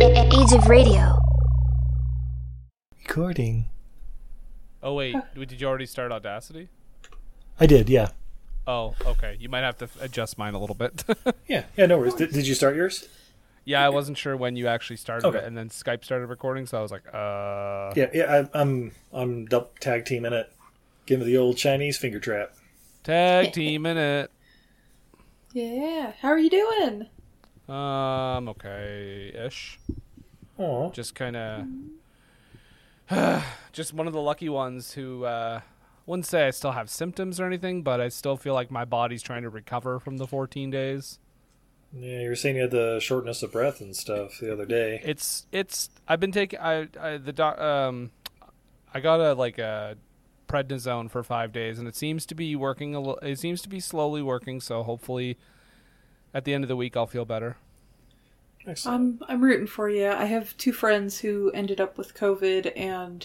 Wave Radio. Recording. Oh wait, w- did you already start Audacity? I did, yeah. Oh, okay. You might have to f- adjust mine a little bit. Yeah, yeah, no worries. Did, did you start yours? yeah, I wasn't sure when you actually started Okay. it, and then Skype started recording, so I was like, uh. Yeah, yeah. I, I'm I'm dou- tag teaming it. Give me the old Chinese finger trap. Tag team in it. Yeah. How are you doing? Um, okay, ish. Oh, Just kind of, just one of the lucky ones who uh, wouldn't say I still have symptoms or anything, but I still feel like my body's trying to recover from the 14 days. yeah. You were saying you had the shortness of breath and stuff the other day. It's it's. I've been taking. I, I the doc. Um, I got a like a prednisone for five days, and it seems to be working a. little. It seems to be slowly working. So hopefully, at the end of the week, I'll feel better. Excellent. I'm I'm rooting for you. I have two friends who ended up with COVID, and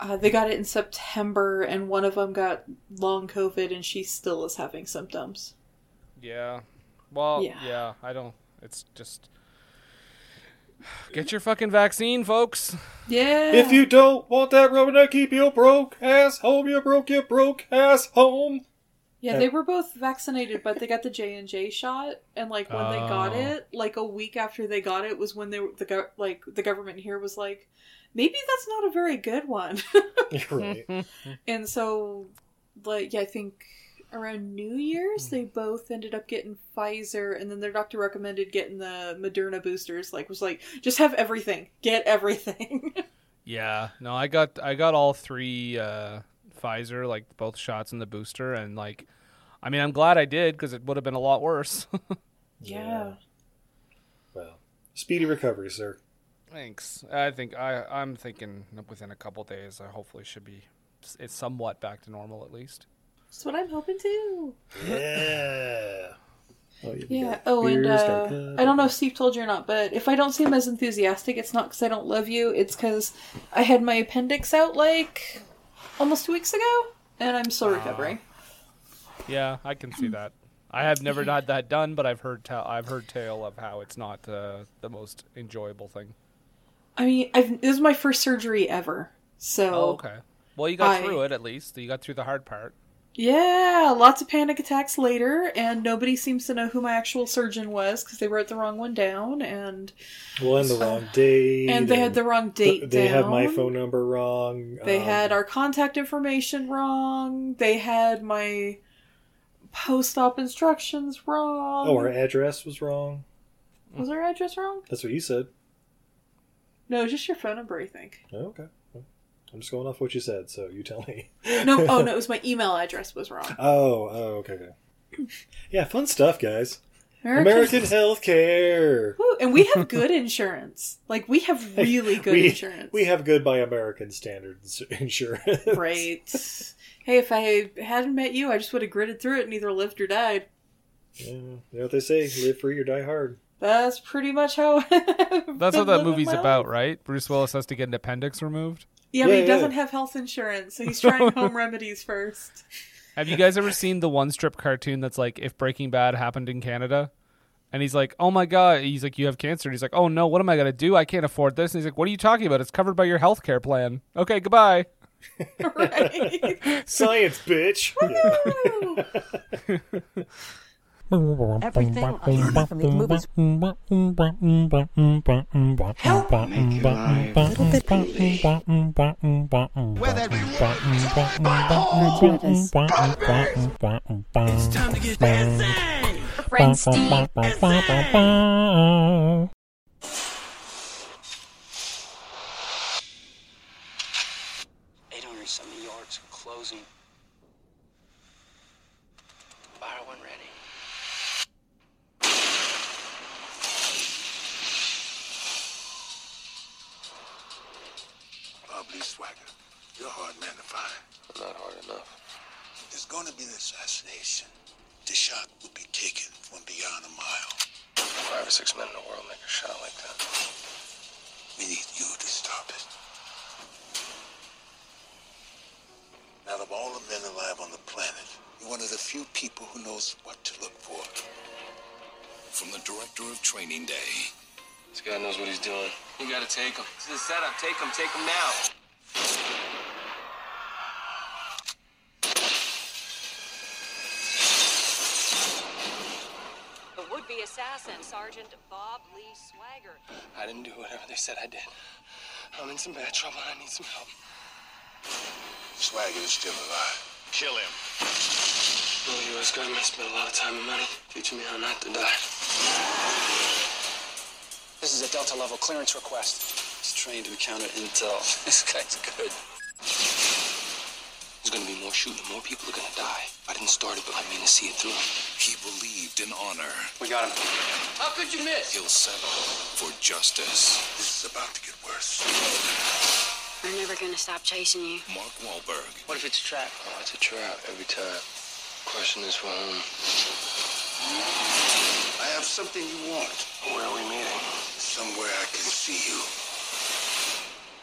uh, they got it in September, and one of them got long COVID, and she still is having symptoms. Yeah. Well. Yeah. yeah I don't. It's just. Get your fucking vaccine, folks. Yeah. If you don't want that rubber to keep you broke ass home, you broke you broke ass home. yeah, they were both vaccinated, but they got the J and J shot, and like when they got Oh. it, like a week after they got it was when they were the go- like the government here was like, maybe that's not a very good one. right. And so, like, yeah, I think around New Year's they both ended up getting Pfizer, and then their doctor recommended getting the Moderna boosters. Like, was like, just have everything, get everything. Yeah. No, I got I got all three uh, Pfizer, like both shots and the booster, and like, I mean, I'm glad I did because it would have been a lot worse. Yeah. Well, speedy recovery, sir. Thanks. I think I I'm thinking within a couple days I hopefully should be s- it's somewhat back to normal at least. that's what I'm hoping to. Yeah. Oh, Yeah. Oh, and Here's uh, got- I don't know if Steve told you or not, but if I don't seem as enthusiastic, it's not because I don't love you. It's because I had my appendix out like almost two weeks ago, and I'm still recovering. Yeah, I can see that. I have never had that done, but I've heard ta- I've heard tale of how it's not uh, the most enjoyable thing. I mean, I've, this is my first surgery ever, so Oh, okay. Well, you got I- through it at least. You got through the hard part. Yeah, lots of panic attacks later, and nobody seems to know who my actual surgeon was because they wrote the wrong one down, and Well, and the wrong date. and they had the wrong date. Th- They down. have my phone number wrong. They um, had our contact information wrong. They had my post-op instructions wrong. Oh, our address was wrong. was our address wrong? That's what you said. No, just your phone number, I think. Oh, okay. Well, I'm just going off what you said, so you tell me. No, oh no, it was my email address was wrong. Oh, oh, okay, okay. Yeah, fun stuff, guys. Merry American Christmas. healthcare. Woo, and we have good insurance. Like we have really good we, insurance. We have good by American standards insurance. Great. hey, if I hadn't met you, I just would have gritted through it and either lived or died. Yeah, you know what they say: live free or die hard. That's pretty much how. That's what that movie's about, right? Bruce Willis has to get an appendix removed. Yeah, but Yeah, he yeah. doesn't have health insurance, so he's trying home remedies first. Have you guys ever seen the one strip cartoon that's like if Breaking Bad happened in Canada? And he's like, "Oh my god!" He's like, "You have cancer." And he's like, "Oh no, what am I gonna do? I can't afford this." And he's like, "What are you talking about? It's covered by your health care plan." Okay, goodbye. right. Science, bitch. Yeah. Everything I learned from these movies Help make your life a little bit easy. Whether you want to join my Gratuitous. It's time to get dancing! Friend Steve. Eight hundred seventy yards closing. Fire when ready. Bob Lee Swagger, you're a hard man to find. Not hard enough. There's going to be an assassination. The shot will be taken from beyond a mile. Five or six men in the world make a shot like that. We need you to stop it. Out of all the men alive on the planet, you're one of the few people who knows what to look for. From the director of Training Day, This guy knows what he's doing. You gotta take him. This is a setup. Take him. Take him now. The would-be assassin, Sergeant Bob Lee Swagger. I didn't do whatever they said I did. I'm in some bad trouble and I need some help. Swagger is still alive. Kill him. Well, you US government spent a lot of time and money teaching me how not to die. This is a Delta level clearance request. He's trained to counter intel. This guy's good. There's gonna be more shooting. More people are gonna die. I didn't start it, but I mean to see it through. He believed in honor. We got him. How could you miss? He'll settle for justice. This is about to get worse. We're never gonna stop chasing you. Mark Wahlberg, What if it's a trap? Oh, it's a trap every time. Question is for whom? I have something you want. Where are we meeting? Somewhere I can see you.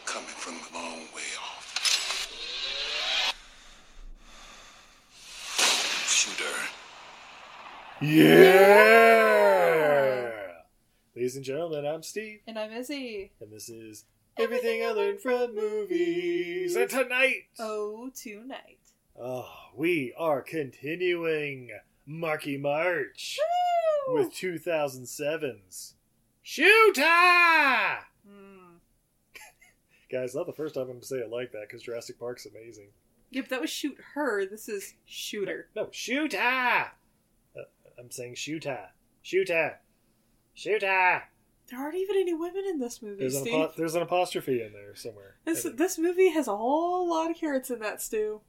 Coming from a long way off. Shooter. Yeah! Ladies and gentlemen, I'm Steve, And I'm Izzy. and this is Everything I Learned from Movies. And tonight, Oh, tonight. oh, we are continuing Marky March with 2007's Shooter! Hmm. Guys, not the first time I'm going to say it like that because Jurassic Park's amazing. Yeah, but that was shoot her. This is shooter. No, shooter! Uh, I'm saying shooter. Shooter! Shooter! There aren't even any women in this movie, There's an, Steve. apo- there's an apostrophe in there somewhere. I This think. this movie has a whole lot of carrots in that stew.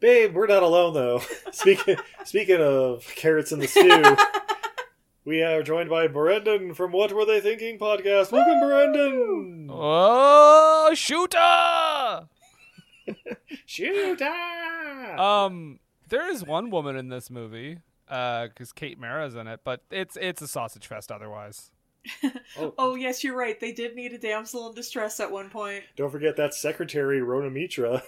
Babe, we're not alone though. speaking speaking of carrots in the stew, we are joined by Brendan from What Were They Thinking podcast. Welcome, Brendan. Oh, shooter! Shooter. Um, there is one woman in this movie, uh, because Kate Mara's in it, but it's it's a sausage fest otherwise. Oh yes, you're right. They did need a damsel in distress at one point. Don't forget that secretary Rona Mitra.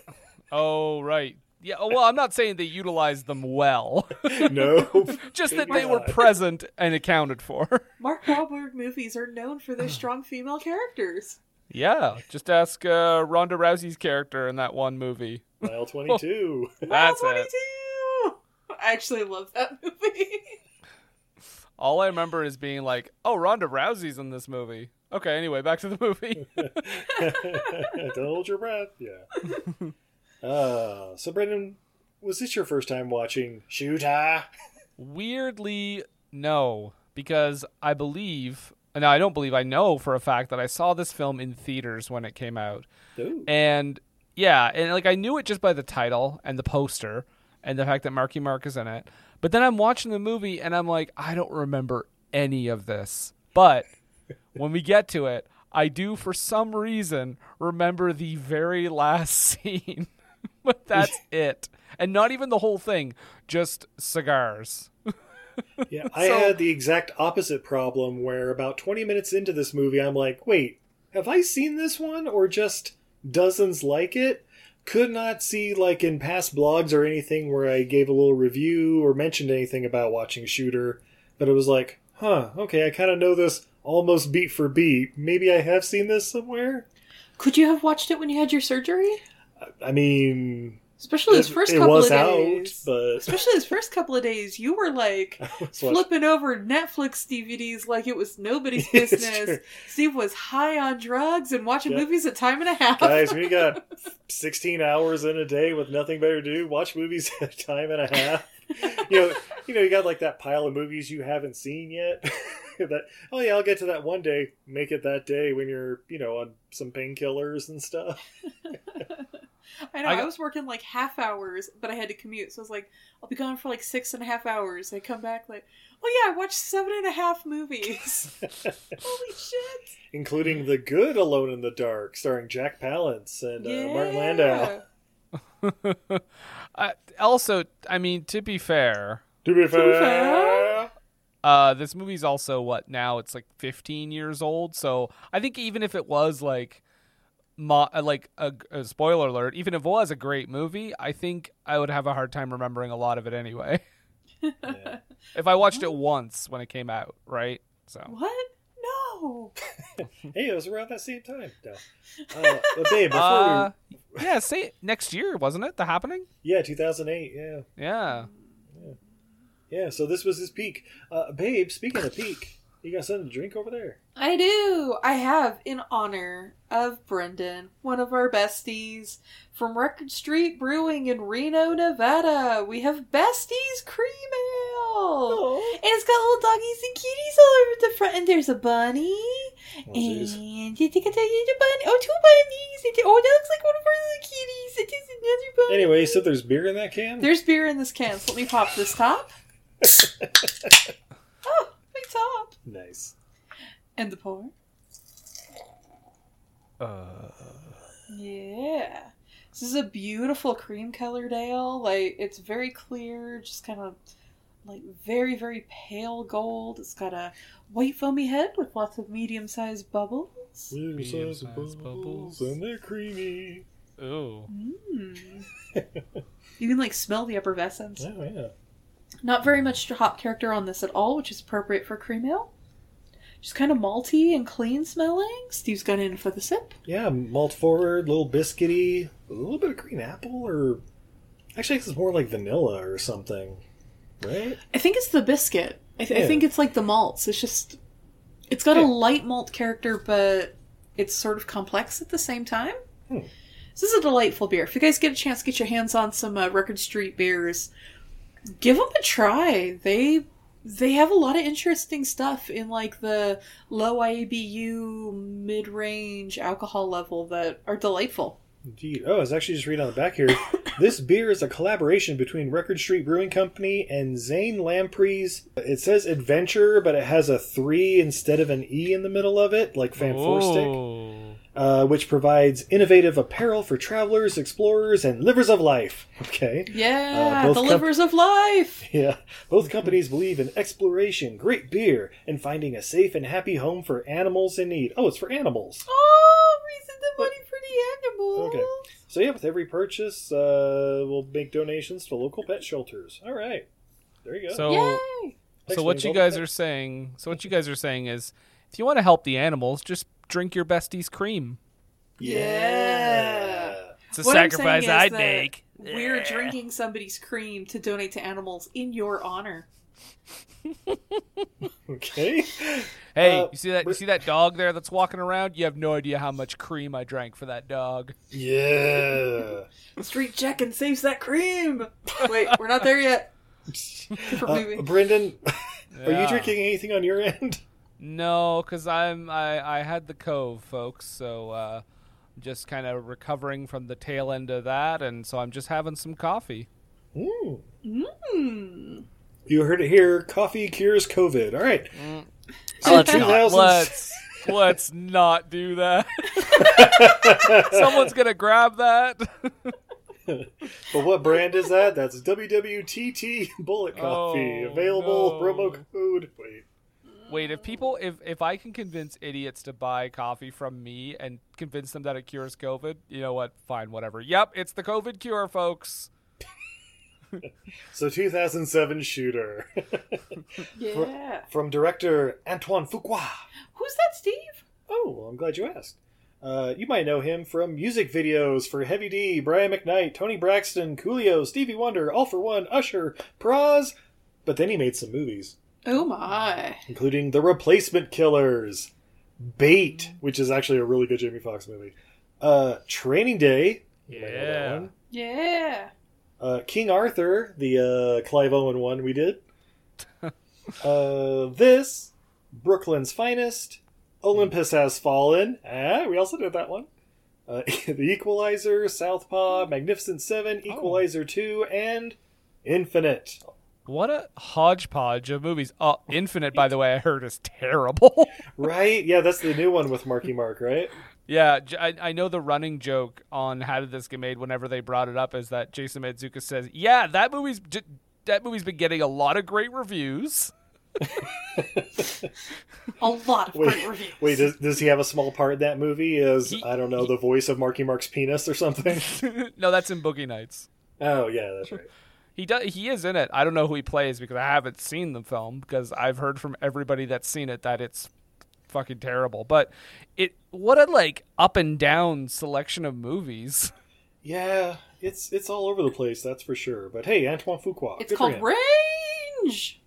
Oh, right. Yeah. oh, Well, I'm not saying they utilized them well, no, just that they were present and accounted for. Mark Wahlberg movies are known for their strong female characters. Yeah, just ask uh, Ronda Rousey's character in that one movie. mile twenty two. That's Mile it. 22! I actually love that movie. All I remember is being like, "Oh, Ronda Rousey's in this movie." Okay, anyway, back to the movie. Don't hold your breath. Yeah. Uh, so Brendan, was this your first time watching Shooter? Weirdly, no, because I believe, no, I don't believe, I know for a fact that I saw this film in theaters when it came out. Ooh. And yeah, and like I knew it just by the title and the poster and the fact that Marky Mark is in it. But then I'm watching the movie and I'm like, I don't remember any of this. But when we get to it, I do for some reason remember the very last scene. but that's it. And not even the whole thing, just cigars. Yeah, I So- had the exact opposite problem where about 20 minutes into this movie, I'm like, wait, have I seen this one or just dozens like it? Could not see, like, in past blogs or anything where I gave a little review or mentioned anything about watching Shooter, but it was like, huh, okay, I kind of know this almost beat for beat. Maybe I have seen this somewhere? Could you have watched it when you had your surgery? I mean, Especially those it- first it couple was of days. out, but. Especially those first couple of days, you were like was watching- flipping over Netflix DVDs like it was nobody's It's business. true. Steve was high on drugs and watching Yeah. movies at time and a half. Guys, we got 16 hours in a day with nothing better to do. Watch movies at a time and a half. You know, you know, you got like that pile of movies you haven't seen yet. that oh yeah, I'll get to that one day. Make it that day when you're you know on some painkillers and stuff. I know. I I, got- was working like half hours, but I had to commute, so I was like, I'll be gone for like six and a half hours. I come back like, oh yeah, I watched seven and a half movies. Holy shit! Including the good Alone in the Dark, starring Jack Palance and uh, Martin Yeah. Landau. I, Uh, also, I mean, to be fair, To be fair, fair. uh, this movie's also what now it's like 15 years old. So I think even if it was like, mo- uh, like a, a spoiler alert, even if it was a great movie, I think I would have a hard time remembering a lot of it anyway. Yeah. if I watched it once when it came out, right? So What? No. No. Hey, it was around that same time. No. Uh, but babe, before Uh, yeah, say next year, wasn't it? The happening? we, yeah, 2008, yeah, Yeah. yeah. So this was his peak. Uh, babe, speaking of peak, you got something to drink over there? I do. I have in honor of Brendan, one of our besties from Record Street Brewing in Reno, Nevada. We have Besties Cream Ale. Oh, And it's got little doggies and kitties all over the front, and there's a bunny. jeez. and you think I tell you the bunny? Oh, two bunnies. And oh, that looks like one of our little kitties. It is another bunny. Anyway, so there's beer in that can. There's beer in this can, so let me pop this top. oh, my top. nice. And the pour. Uh. Yeah. This is a beautiful cream colored ale. Like, it's very clear, just kind of like very, very pale gold. It's got a white foamy head with lots of medium sized bubbles. Medium-sized Medium-sized bubbles. and they're creamy. Ooh. Mm. you can like smell the effervescence. Oh yeah. Not very much hop character on this at all, which is appropriate for cream ale. Just kind of malty and clean smelling. Steve's got in for the sip. Yeah, malt forward, little biscuity, a little bit of green apple, or actually, this is more like vanilla or something, right? I think it's the biscuit. I, th- I Yeah. think it's like the malts. It's just, it's got Yeah. a light malt character, but it's sort of complex at the same time. Hmm. So this is a delightful beer. If you guys get a chance, get your hands on some uh, Record Street beers. Give them a try. They they have a lot of interesting stuff in like the low IABU mid range alcohol level that are delightful. Indeed. Oh, I was actually just reading on the back here. this beer is a collaboration between Record Street Brewing Company and Zane Lamprey's. It says adventure, but it has a three instead of an e in the middle of it, like Fan Oh. Four Ooh. uh, which provides innovative apparel for travelers, explorers, and livers of life. Okay. Yeah, both the comp- livers of life. Yeah, both companies believe in exploration, great beer, and finding a safe and happy home for animals in need. Oh, it's for animals. Oh, reason the money for the animals. Okay. So yeah, with every purchase, uh, we'll make donations to local pet shelters. All right, there you go. So Yay! Thanks, so what Wayne you Goldman. guys are saying? So what you guys are saying is, if you want to help the animals, just drink your besties cream. Yeah. It's a What I'm sacrifice saying is I'd that make. We're drinking somebody's cream to donate to animals in your honor. Okay. Hey, Uh, you see that? You we're- see that dog there that's walking around? You have no idea how much cream I drank for that dog. Yeah. Street Jack and saves that cream. Wait, we're not there yet. Different Uh, movie. Brendan, are you Yeah. drinking anything on your end? No, because I'm I, I had the cove, folks. So uh, I'm just kind of recovering from the tail end of that, and so I'm just having some coffee. Mm. Hmm. You heard it here. Coffee cures COVID. All right. So let's, Oh, not, 2000s let's let's not do that. Someone's gonna grab that. But what brand is that? That's WWTT Bullet Coffee. Oh, Available no. promo code. Wait. Wait, if people if if I can convince idiots to buy coffee from me and convince them that it cures COVID, you know what? Fine, whatever. Yep, it's the COVID cure, folks. So 2007 shooter Yeah. from director Antoine Fuqua. Who's that, Steve? Oh, well, I'm glad you asked. Uh, you might know him from music videos for Heavy D, Brian McKnight, Tony Braxton, Coolio, Stevie Wonder, All for One, Usher, Praz. But then he made some movies, Oh my. including The Replacement Killers, Bait, which is actually a really good Jamie Foxx movie, uh, Training Day. you might know that Yeah. one. Yeah. Uh, King Arthur, the uh, Clive Owen one we did. uh, this, Brooklyn's Finest, Olympus Has Fallen. Ah, we also did that one. Uh, the Equalizer, Southpaw, Magnificent Seven, Oh. Equalizer Two, and Infinite. What a hodgepodge of movies. Uh, Infinite, by the way, I heard is terrible. Right? Yeah, that's the new one with Marky Mark, right? Yeah, J- I, I know the running joke on how did this get made whenever they brought it up is that Jason Manzuka says, "Yeah, that movie's j- that movie's been getting a lot of great reviews." A lot of Wait, great reviews. wait, does, does he have a small part in that movie? Is He- I don't know the voice of Marky Mark's penis or something? no, that's in Boogie Nights. oh yeah, that's right. He does he is in it. I don't know who he plays because I haven't seen the film because I've heard from everybody that's seen it that it's fucking terrible. But it what a like up and down selection of movies. Yeah, it's it's all over the place, that's for sure. But hey, Antoine Fuqua. It's good for called him. Range.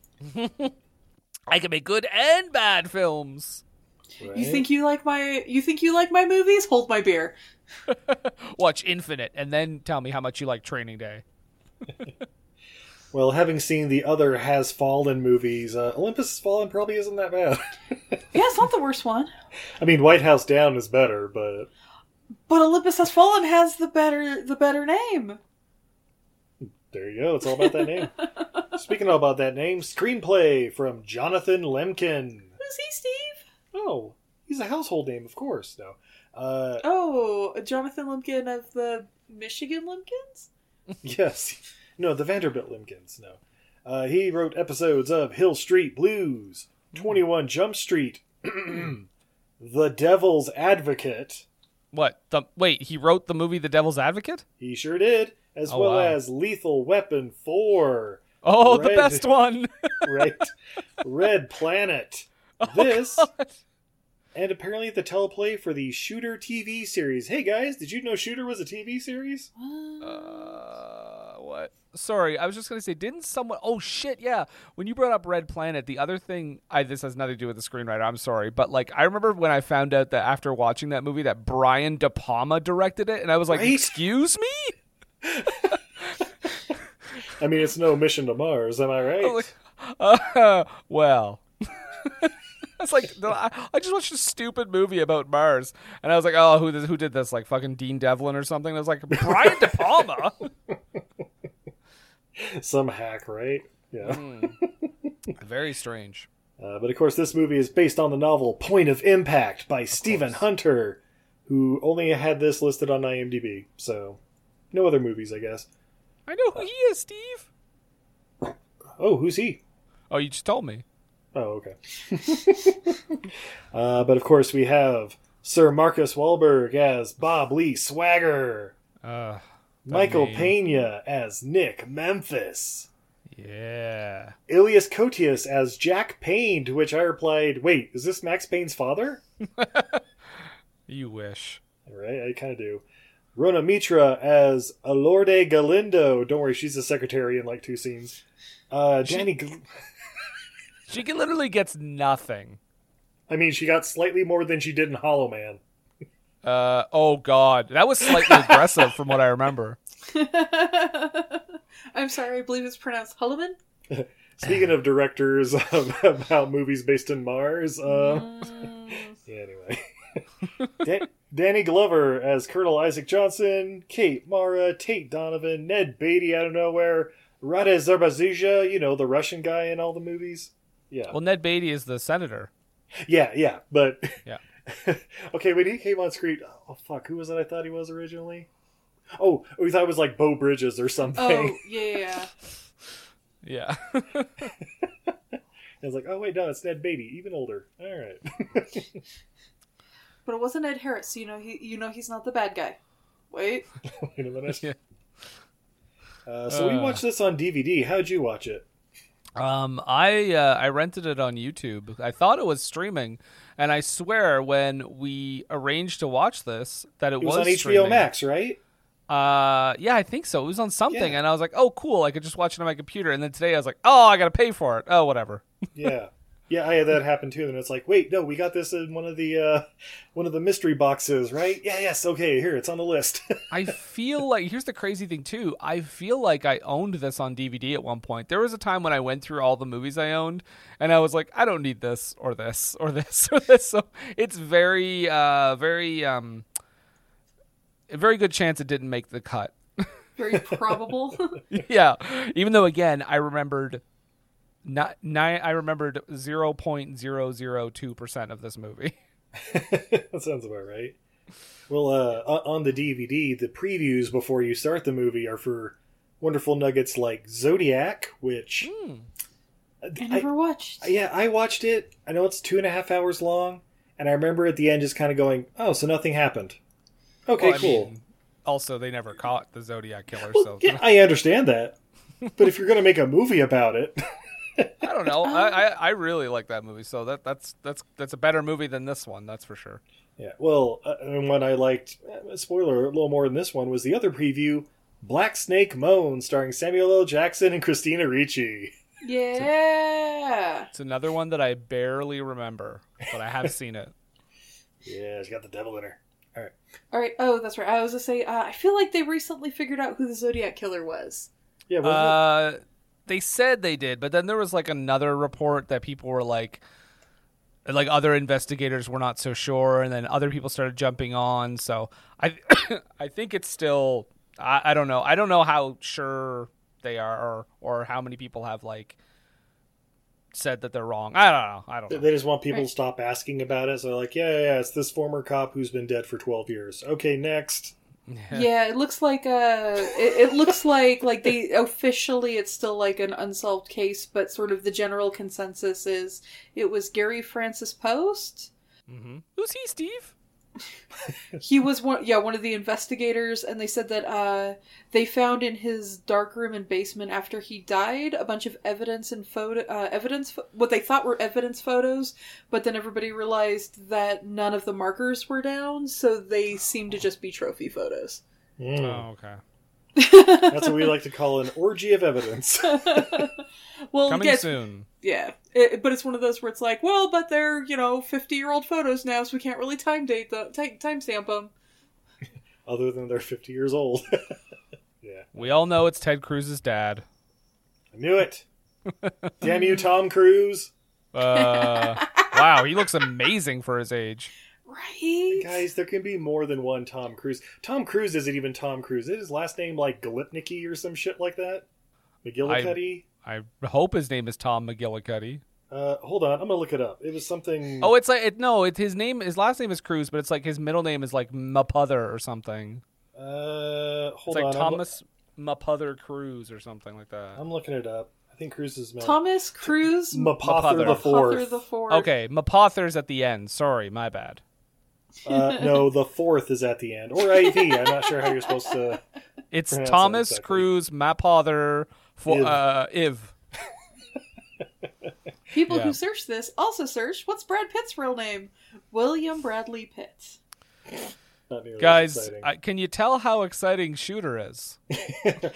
I can make good and bad films. You Right? think you like my you think you like my movies? Hold my beer. Watch Infinite and then tell me how much you like Training Day. Well, having seen the other Has Fallen movies, uh, Olympus Has Fallen probably isn't that bad. Yeah, it's not the worst one. I mean, White House Down is better, but But Olympus Has Fallen has the better the better name. there you go. It's all about that name. Speaking all about that name, screenplay from Jonathan Lemkin. Who's he, Steve? Oh, he's a household name, of course. No, uh, Oh, Jonathan Lumpkin of the Michigan Lumpkins? yes, no, the Vanderbilt Lemkins. No, uh, he wrote episodes of Hill Street Blues, Hmm. Twenty One Jump Street, The Devil's Advocate. What? The wait, he wrote the movie The Devil's Advocate? He sure did, as Oh, well wow. as Lethal Weapon Four. Oh, the Right. best one. right? Red Planet. Oh, This and apparently the teleplay for the Shooter TV series. Hey guys, did you know Shooter was a TV series? Uh, what? Sorry, I was just gonna say, didn't someone? Oh shit, yeah. When you brought up Red Planet, the other thing, I this has nothing to do with the screenwriter. I'm sorry, but like, I remember when I found out that after watching that movie, that Brian De Palma directed it, and I was like, Right? excuse me. I mean, it's no Mission to Mars, am I right? Oh, Uh, well. It's like the- I I just watched a stupid movie about Mars, and I was like, "Oh, who this, who did this? Like fucking Dean Devlin or something?" And I was like, "Brian De Palma." Some hack, right? Hmm. Yeah. Very strange. Uh, but of course, this movie is based on the novel Point of Impact by Stephen Hunter, who only had this listed on IMDb. So, no other movies, I guess. I know who he is, Steve. Oh, who's he? Oh, you just told me. Oh, okay. uh, but of course, we have Sir Marcus Wahlberg as Bob Lee Swagger, Uh, Michael name. Pena as Nick Memphis, yeah. Ilias Cotius as Jack Payne, to which I replied, Wait, is this Max Payne's father? You wish. All Right, I kind of do. Rona Mitra as Alorde Galindo. Don't worry, she's the secretary in like two scenes. Uh, Danny, Gl- She can literally gets nothing. I mean, she got slightly more than she did in Hollow Man. Uh, oh god, that was slightly aggressive from what I remember. I'm sorry, I believe it's pronounced Hulliman. Speaking of directors about movies based in Mars, uh, yeah, anyway, Dan- Danny Glover as Colonel Isaac Johnson, Kate Mara, Tate Donovan, Ned Beatty out of nowhere, Rade Zarbazija, you know the Russian guy in all the movies. Yeah, Well, Ned Beatty is the senator. yeah, yeah, but Yeah. okay, when he came on screen, oh fuck, who was it? I thought he was originally. Oh, we thought it was like Bo Bridges or something. Oh, yeah, yeah. Yeah. I was like, oh wait, no, it's Ned Beatty, even older. All right. But it wasn't Ed Harris, so you know he you know he's not the bad guy. Wait. Wait a minute. Yeah. Uh, so we Uh. watched this on DVD. How'd you watch it? Um, I uh, I rented it on YouTube. I thought it was streaming, and I swear when we arranged to watch this that it, It was, on HBO streaming. Max, right? Uh, yeah, I think so. It was on something, Yeah. and I was like, "Oh, cool! I could just watch it on my computer." And then today I was like, "Oh, I gotta pay for it. Oh, whatever." Yeah. Yeah, I had that happen too. And it's like, wait, no, we got this in one of the uh, one of the mystery boxes, right? Yeah, yes, okay, here it's on the list. I feel like here's the crazy thing too. I feel like I owned this on DVD at one point. There was a time when I went through all the movies I owned, and I was like, I don't need this or this or this or this. So it's very, uh, very, um, a very good chance it didn't make the cut. Very probable. yeah, even though again I remembered not nine. I remembered zero point zero zero two percent of this movie. that sounds about right. Well, uh, o- on the DVD, the previews before you start the movie are for wonderful nuggets like Zodiac, which Hmm. I I- never watched. Yeah, I watched it. I know it's two and a half hours long, and I remember at the end just kind of going, "Oh, so nothing happened." Okay, Well, I cool. mean, also, they never caught the Zodiac killer, Well, so yeah, I understand that, but if you're going to make a movie about it, I don't know. I, I, I really like that movie, so that that's that's that's a better movie than this one, that's for sure. Yeah. Well, uh, and what I liked, eh, spoiler, a little more than this one, was the other preview, Black Snake Moan, starring Samuel L. Jackson and Christina Ricci. Yeah. It's another one that I barely remember, but I have seen it. Yeah, she's got the devil in her. All right. Oh, that's right. I was gonna say. Uh, I feel like they recently figured out who the Zodiac killer was. Yeah, wasn't Uh, they said they did, but then there was like another report that people were like, like other investigators were not so sure, and then other people started jumping on. So I, I think it's still, I, I don't know, I don't know how sure they are, or or how many people have like said that they're wrong. I don't know. I don't They- know. Uh, They just want people Right. to stop asking about it. So they're like, yeah, yeah, yeah, it's this former cop who's been dead for 12 years. Okay, next. yeah, it looks like uh, it, it looks like like they officially it's still like an unsolved case, but sort of the general consensus is it was Gary Francis Post. hmm Who's he, Steve? He was one, yeah, one of the investigators, and they said that uh, they found in his dark room and basement after he died a bunch of evidence and photo uh, evidence pho- what they thought were evidence photos, but then everybody realized that none of the markers were down, so they seemed to just be trophy photos. Mm. Oh, okay. Uh. That's what we like to call an orgy of evidence. Well, Coming yeah, it's- soon. yeah, it, but it's one of those where it's like, well, but they're you know fifty year old photos now, so we can't really time date the time timestamp them. Other than they're 50 years old. yeah, We all know it's Ted Cruz's dad. I knew it. Damn you, Tom Cruise. Uh, wow, he looks amazing for his age. Right? Guys, there can be more than one Tom Cruise. Tom Cruise isn't even Tom Cruise. Is his last name like Galipnicki or some shit like that? McGillicuddy? I hope his name is Tom McGillicuddy. Uh, hold on, I'm gonna look it up. It was something. Oh, it's like it, no, it, his name, his last name is Cruz, but it's like his middle name is like Mapother or something. uh, hold It's like on, I'm lo- Thomas Mapother Cruz or something like that. I'm looking it up. I think Cruz is Mel- Thomas Cruise Mapother the Mapother. Potter fourth. the Fourth. Okay, Mapother's at the end. Sorry, my bad. uh, no, the fourth is at the end, or IV. I'm not sure how you're supposed to. It's Pronounce that Thomas exactly. Cruz Mapother for Iv. uh Iv. People Yeah. who search this also search what's Brad Pitt's real name? William Bradley Pitt. Not nearly as Guys, exciting. I, can you tell how exciting Shooter is?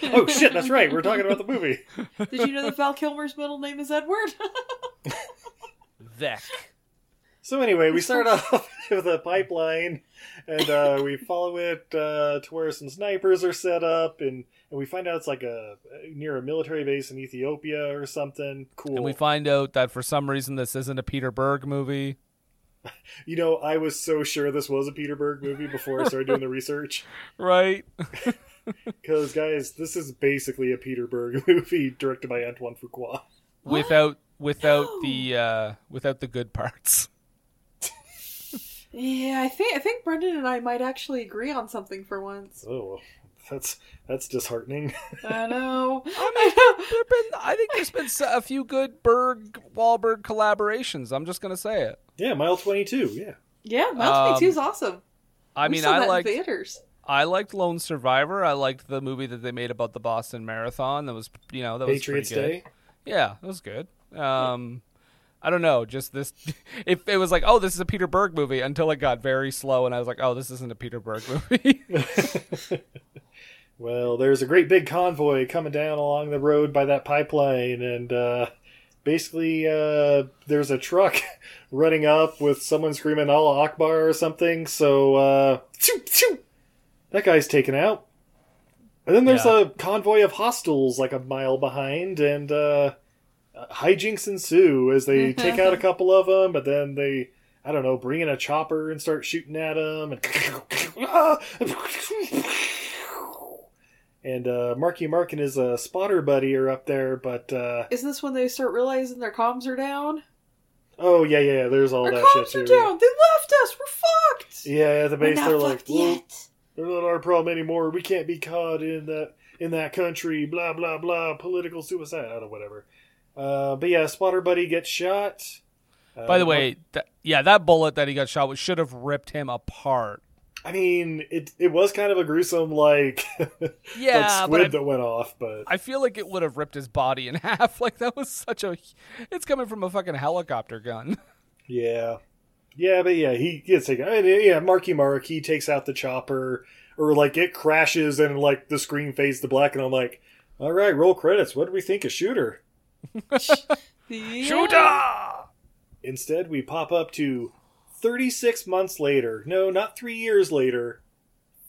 oh shit, that's right. We're talking about the movie. Did you know that Val Kilmer's middle name is Edward? Vec. So anyway, we start off with a pipeline, and uh, we follow it uh, to where some snipers are set up, and, and we find out it's like a near a military base in Ethiopia or something. Cool. And we find out that for some reason this isn't a Peter Berg movie. you know, I was so sure this was a Peter Berg movie before I started doing the research. Right. Because guys, this is basically a Peter Berg movie directed by Antoine Fuqua. Without without the uh without the good parts. yeah, I think I think Brendan and I might actually agree on something for once. Oh, that's that's disheartening. I know. I know. There've been I think there's been s- a few good Berg Wahlberg collaborations. I'm just gonna say it. yeah, Mile Twenty Two. Yeah, Yeah, Um, Mile Twenty Two is awesome. I We mean, saw I that in liked theaters. I liked Lone Survivor. I liked the movie that they made about the Boston Marathon. That was you know that Patriots was pretty Day. good. Yeah, that was good. Um, I don't know, just this. It, it was like, oh, this is a Peter Berg movie until it got very slow, and I was like, oh, this isn't a Peter Berg movie. Well, there's a great big convoy coming down along the road by that pipeline, and uh, basically uh, there's a truck running up with someone screaming "Allah Akbar" or something. So uh, choo, choo, that guy's taken out. And then there's Yeah. a convoy of hostiles like a mile behind, and uh, hijinks ensue as they take out a couple of them, but then they. I don't know, bring in a chopper and start shooting at them. And and uh, Marky Mark and his uh, spotter buddy are up there. But uh, Isn't this when they start realizing their comms are down? oh yeah, yeah, yeah, there's all Our that comms shit are too. yeah. down. They left us. We're fucked. Yeah, at the We're base not they're like, fucked well, yet. they're not our problem anymore. We can't be caught in that in that country. Blah blah blah. Political suicide. I don't know, whatever. Uh, but yeah, spotter buddy gets shot. By the Uh, Uh-huh. way, that, yeah, that bullet that he got shot with should have ripped him apart. I mean, it it was kind of a gruesome like, like Yeah, squid but I, that went off, but I feel like it would have ripped his body in half. Like that was such a. It's coming from a fucking helicopter gun. yeah, yeah, but yeah, he gets taken. I mean, yeah, Marky Mark he takes out the chopper, or like it crashes and like the screen fades to black, and I'm like, all right, roll credits. What did we think of Shooter? The- Instead, we pop up to 36 months later. No, not three years later.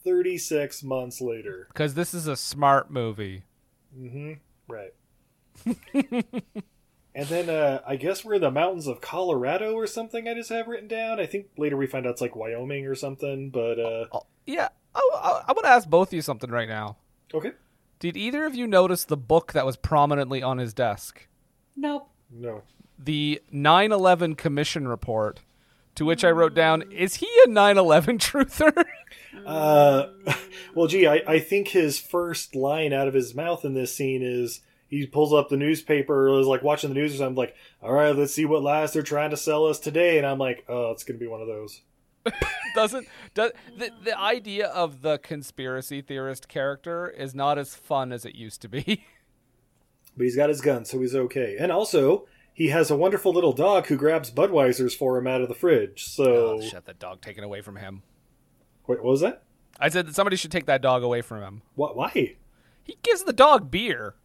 36 months later. Because this is a smart movie. Right. and then uh, I guess we're in the mountains of Colorado or something, I just have written down. I think later we find out it's like Wyoming or something, but uh, Yeah, I, I, I want to ask both of you something right now. okay. Did either of you notice the book that was prominently on his desk? Nope. No. The 9 11 Commission Report, to which I wrote down, Is he a 9 11 truther? Uh, well, gee, I, I think his first line out of his mouth in this scene is he pulls up the newspaper, or is like watching the news or something, like, all right, let's see what lies they're trying to sell us today. And I'm like, oh, it's going to be one of those. Doesn't does, the, the idea of the conspiracy theorist character is not as fun as it used to be. But he's got his gun, so he's okay. And also, he has a wonderful little dog who grabs Budweiser's for him out of the fridge. So, Oh, shit, that dog taken away from him. wait, what was that? I said that somebody should take that dog away from him. What? Why? He gives the dog beer.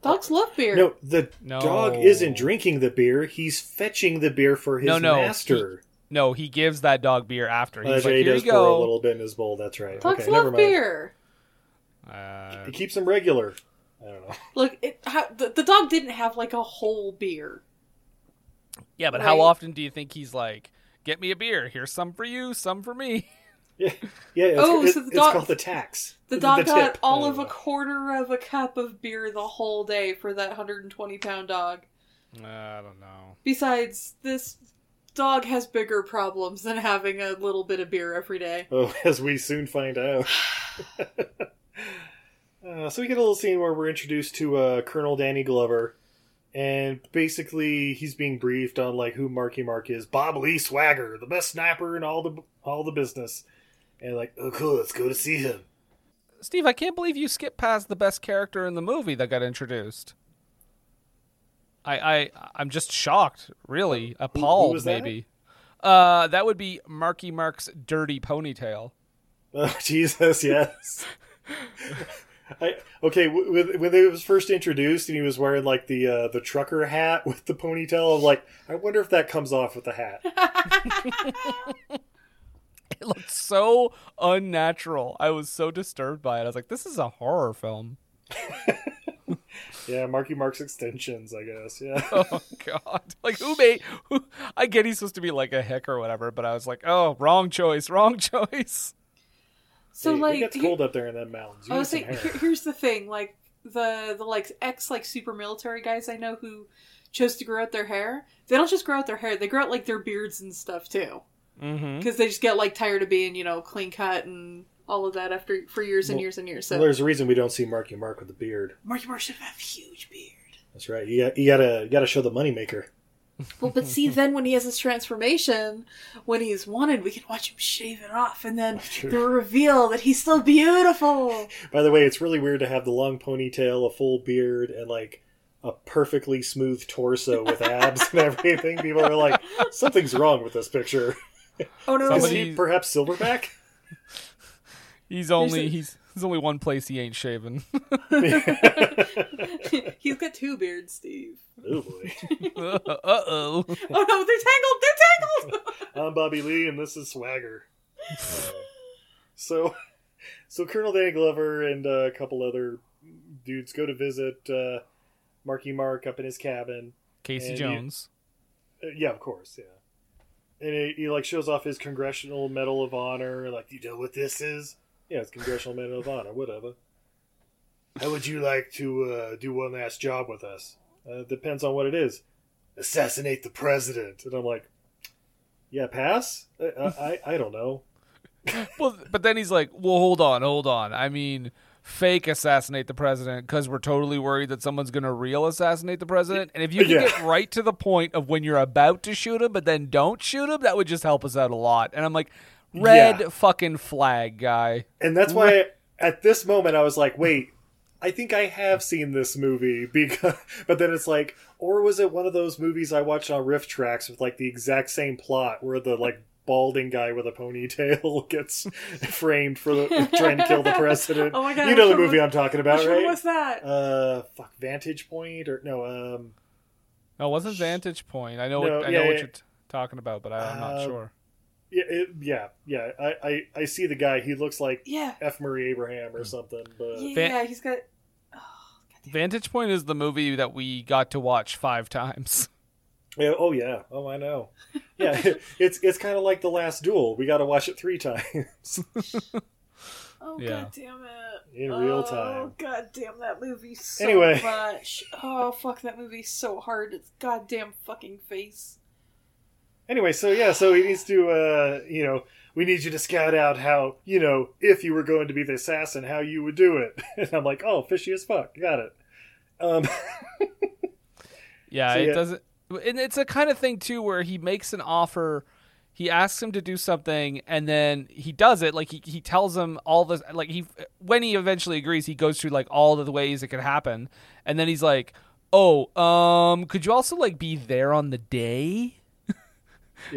Dogs love beer. No, the No. dog isn't drinking the beer. He's fetching the beer for his No, no, master. No, he gives that dog beer after. Uh, He's Jay like, here you does pour a go. little bit in his bowl. That's right. Dogs okay, love never mind. beer. Uh, He keeps them regular. I don't know. Look, it, how, the, the dog didn't have like a whole beer. yeah, but Right. how often do you think he's like, get me a beer? Here's some for you, some for me. Yeah, yeah. It's, Oh, it- so the it's dog- called the tax. The dog got tip. all I of don't a know. quarter of a cup of beer the whole day for that 120 pound dog. Uh, I don't know. Besides, this dog has bigger problems than having a little bit of beer every day. Oh, as we soon find out. uh, so we get a little scene where we're introduced to uh, Colonel Danny Glover, and basically he's being briefed on like who Marky Mark is. Bob Lee Swagger, the best sniper in all the all the business, and like, oh cool, let's go to see him. Steve, I can't believe you skipped past the best character in the movie that got introduced. I, I I'm just shocked, really, appalled, was that? maybe. Uh, that would be Marky Mark's dirty ponytail. Oh Jesus, yes. I, okay, w- with, when it was first introduced and he was wearing like the uh, the trucker hat with the ponytail, I'm like, I wonder if that comes off with the hat. It looked so unnatural. I was so disturbed by it. I was like, this is a horror film. Yeah, Marky Mark's extensions, I guess. Yeah. Oh God! Like who made? Who, I get he's supposed to be like a hick or whatever, but I was like, oh, wrong choice, wrong choice. So Hey, like, it gets he- cold up there in them mountains. You I need was some saying, hair. Oh, here, here's the thing: like the the like ex like super military guys I know who chose to grow out their hair. They don't just grow out their hair; they grow out like their beards and stuff too, Mm-hmm. because they just get like tired of being you know clean cut and all of that after for years and years and years. So Well, there's a reason we don't see Marky Mark with the beard. Marky Mark should have a huge beard. That's right. You got you gotta you gotta show the moneymaker. Well, but see, then when he has his transformation, when he's wanted, we can watch him shave it off, and then the reveal that he's still beautiful. By the way, it's really weird to have the long ponytail, a full beard, and like a perfectly smooth torso with abs and everything. People are like, something's wrong with this picture. Oh no! Is Somebody- he perhaps Silverback? He's only a- he's there's only one place he ain't shaven. He's got two beards, Steve. oh boy. uh oh. Oh no, they're tangled! They're tangled! I'm Bobby Lee, and this is Swagger. Uh, so, so Colonel Dan Glover and uh, a couple other dudes go to visit uh, Marky Mark up in his cabin. Casey And you- Jones. Uh, yeah, of course, yeah. And he, he like shows off his Congressional Medal of Honor. Like, you know what this is? Yeah, it's Congressional Medal of Honor. Whatever. How would you like to uh, do one last job with us? Uh, depends on what it is. Assassinate the president. And I'm like, yeah, pass. Uh, I I, I, I don't know. Well, but then he's like, well, hold on, hold on. I mean, fake assassinate the president because we're totally worried that someone's gonna real assassinate the president. And if you can Yeah. get right to the point of when you're about to shoot him, but then don't shoot him, that would just help us out a lot. And I'm like, Red Yeah. fucking flag guy. And that's why at this moment I was like, wait, I think I have seen this movie because but then it's like, or was it one of those movies I watched on Riff Tracks with like the exact same plot where the like balding guy with a ponytail gets framed for the, trying to kill the president. Oh my God, You know the which one movie was- I'm talking about, Which right? one was that? Uh fuck Vantage Point or no, um No, it wasn't Vantage Point. I know. No, what, I yeah, know what yeah. you're t- talking about, but I, I'm not Uh, sure. yeah, it, yeah, yeah. I, I I see the guy. He looks like Yeah. F. Murray Abraham or something, but Yeah, Van- yeah, he's got. Vantage Point is the movie that we got to watch five times. Yeah, oh yeah. Oh, I know. Yeah, it's it's kind of like the last duel. We got to watch it three times. Oh Yeah. god damn it! In real oh, time. god damn that movie so Anyway. much. Oh fuck that movie so hard. It's goddamn fucking face. anyway, so yeah, so he needs to, uh, you know, we need you to scout out how, you know, if you were going to be the assassin, how you would do it. And I'm like, oh, fishy as fuck. Got it. Um, Yeah, So, it yeah. doesn't. And it's a kind of thing too where he makes an offer, he asks him to do something, and then he does it. Like he, he tells him all this. Like he when he eventually agrees, he goes through like all of the ways it could happen, and then he's like, "Oh, um, could you also like be there on the day?"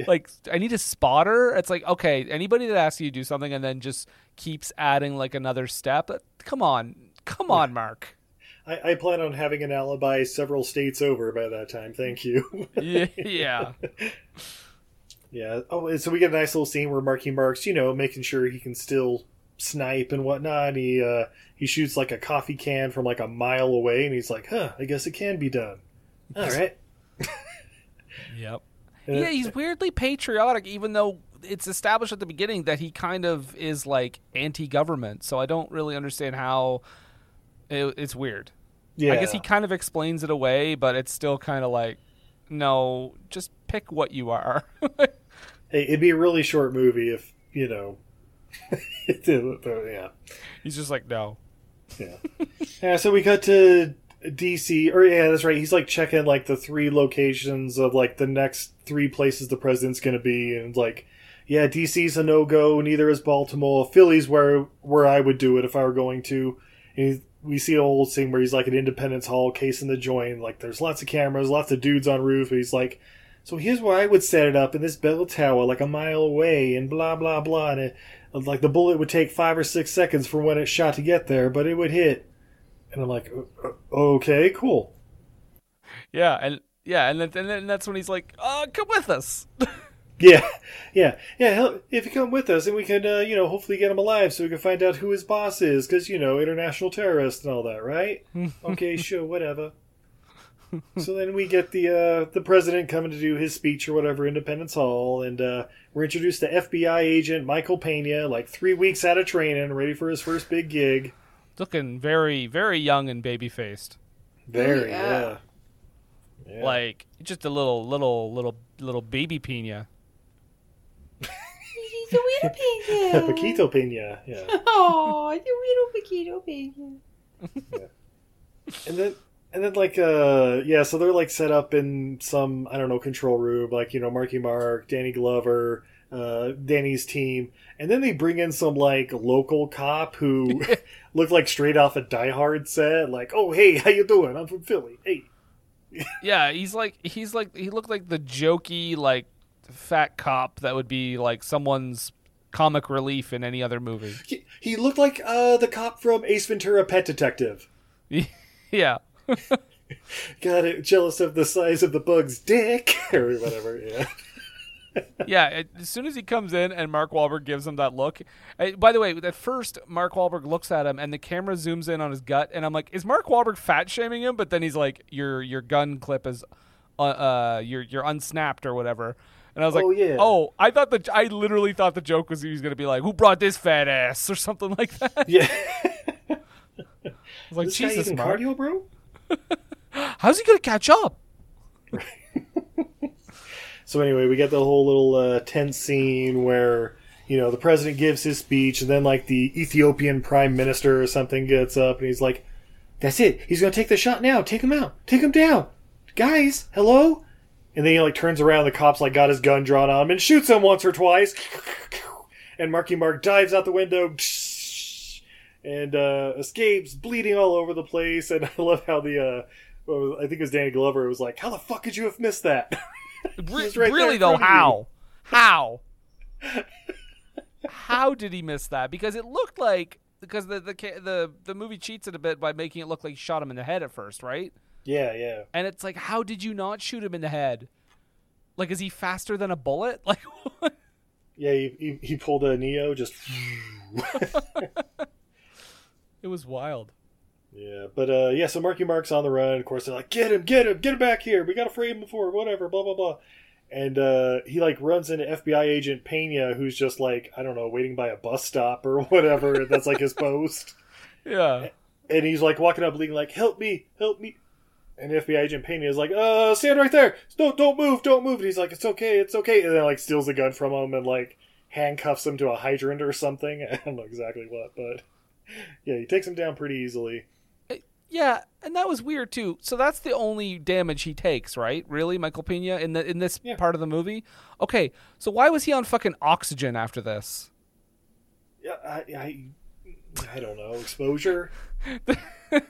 Like I need a spotter. It's like okay, anybody that asks you to do something and then just keeps adding like another step. uh, Come on, come on, Mark. I, I plan on having an alibi several states over by that time. Thank you. yeah, yeah. Oh, and so we get a nice little scene where Marky Marks, you know, making sure he can still snipe and whatnot. He uh, he shoots like a coffee can from like a mile away, and he's like, "Huh, I guess it can be done." All right. yep. And Yeah, it- he's weirdly patriotic, even though it's established at the beginning that he kind of is like anti-government. So I don't really understand how it, it's weird. yeah. I guess he kind of explains it away, but it's still kind of like, no, just pick what you are. Hey, it'd be a really short movie if you know. yeah, he's just like, no. yeah. yeah. So we cut to DC, or yeah, that's right. He's like checking like the three locations of like the next three places the president's going to be, and like, yeah, DC's a no go. Neither is Baltimore. Philly's where where I would do it if I were going to. And he- we see an old scene where he's like an Independence Hall case in the joint. Like, there's lots of cameras, lots of dudes on roof. And he's like, So here's where I would set it up in this bell tower, like a mile away, and blah blah blah. And it, like the bullet would take five or six seconds from when it shot to get there, but it would hit. And I'm like, "O- o- okay, cool. Yeah, and yeah, and then, and then that's when he's like, uh, come with us. Yeah, yeah, yeah. hell, If you come with us, and we can, uh, you know, hopefully get him alive, so we can find out who his boss is, because you know, international terrorist and all that, right? okay, sure, whatever. so then we get the uh, the president coming to do his speech or whatever, Independence Hall, and uh, we're introduced to FBI agent Michael Pena, like three weeks out of training, ready for his first big gig. Looking very, very young and baby-faced. Very, yeah. yeah. Yeah. Like just a little, little, little, little baby Pina. He's a little pig. Paquito Pena, yeah. Oh, it's a little Paquito pig. and then and then like uh yeah so they're like set up in some i don't know control room like you know marky mark danny glover uh danny's team and then they bring in some like local cop who looked like straight off a die hard set like oh hey how you doing i'm from philly hey Yeah, he's like he's like he looked like the jokey like fat cop that would be like someone's comic relief in any other movie. he, he looked like uh the cop from ace ventura pet detective yeah. got it jealous of the size of the bug's dick or whatever yeah Yeah, it- as soon as he comes in and Mark Wahlberg gives him that look. I, by the way, at first Mark Wahlberg looks at him and the camera zooms in on his gut and I'm like, "Is Mark Wahlberg fat shaming him?" But then he's like, "Your your gun clip is uh, uh you're you're unsnapped or whatever." And I was like, Oh, yeah. "Oh, I thought the I literally thought the joke was he was going to be like, "Who brought this fat ass?" or something like that. I yeah was like, this guy "Jesus, even Mark. cardio bro How's he gonna catch up? So anyway, we get the whole little uh, tense scene where you know the president gives his speech, and then like the Ethiopian prime minister or something gets up and he's like, "That's it. He's going to take the shot now. Take him out. Take him down, guys. Hello." And then he like turns around. The cops like got his gun drawn on him and shoots him once or twice. and Marky Mark dives out the window and uh, escapes, bleeding all over the place. And I love how the uh, what was- I think it was Danny Glover was like, "How the fuck could you have missed that?" Re- He's right there really in though, front of you. how? How? how did he miss that? Because it looked like because the the ca- the the movie cheats it a bit by making it look like he shot him in the head at first, right? yeah, yeah. And it's like, how did you not shoot him in the head? Like, is he faster than a bullet? Like, what? Yeah, he, he, he pulled a Neo just. it was wild. yeah, but uh, yeah, so Marky Mark's on the run. Of course, they're like, get him, get him, get him back here. We got to free him before, whatever, blah, blah, blah. And uh, he like runs into FBI agent Pena, who's just like, I don't know, waiting by a bus stop or whatever. That's like his post. Eh. Yeah. And he's like walking up, leading like, help me, help me. And FBI agent Pena is like, uh, stand right there. No, don't move, don't move. And he's like, it's okay, it's okay. And then like steals the gun from him and like handcuffs him to a hydrant or something. I don't know exactly what, but yeah, he takes him down pretty easily. Yeah, and that was weird too. So that's the only damage he takes, right? Really, Michael Pena in the in this Yeah. part of the movie. Okay, so why was he on fucking oxygen after this? Yeah, I, I, I don't know exposure.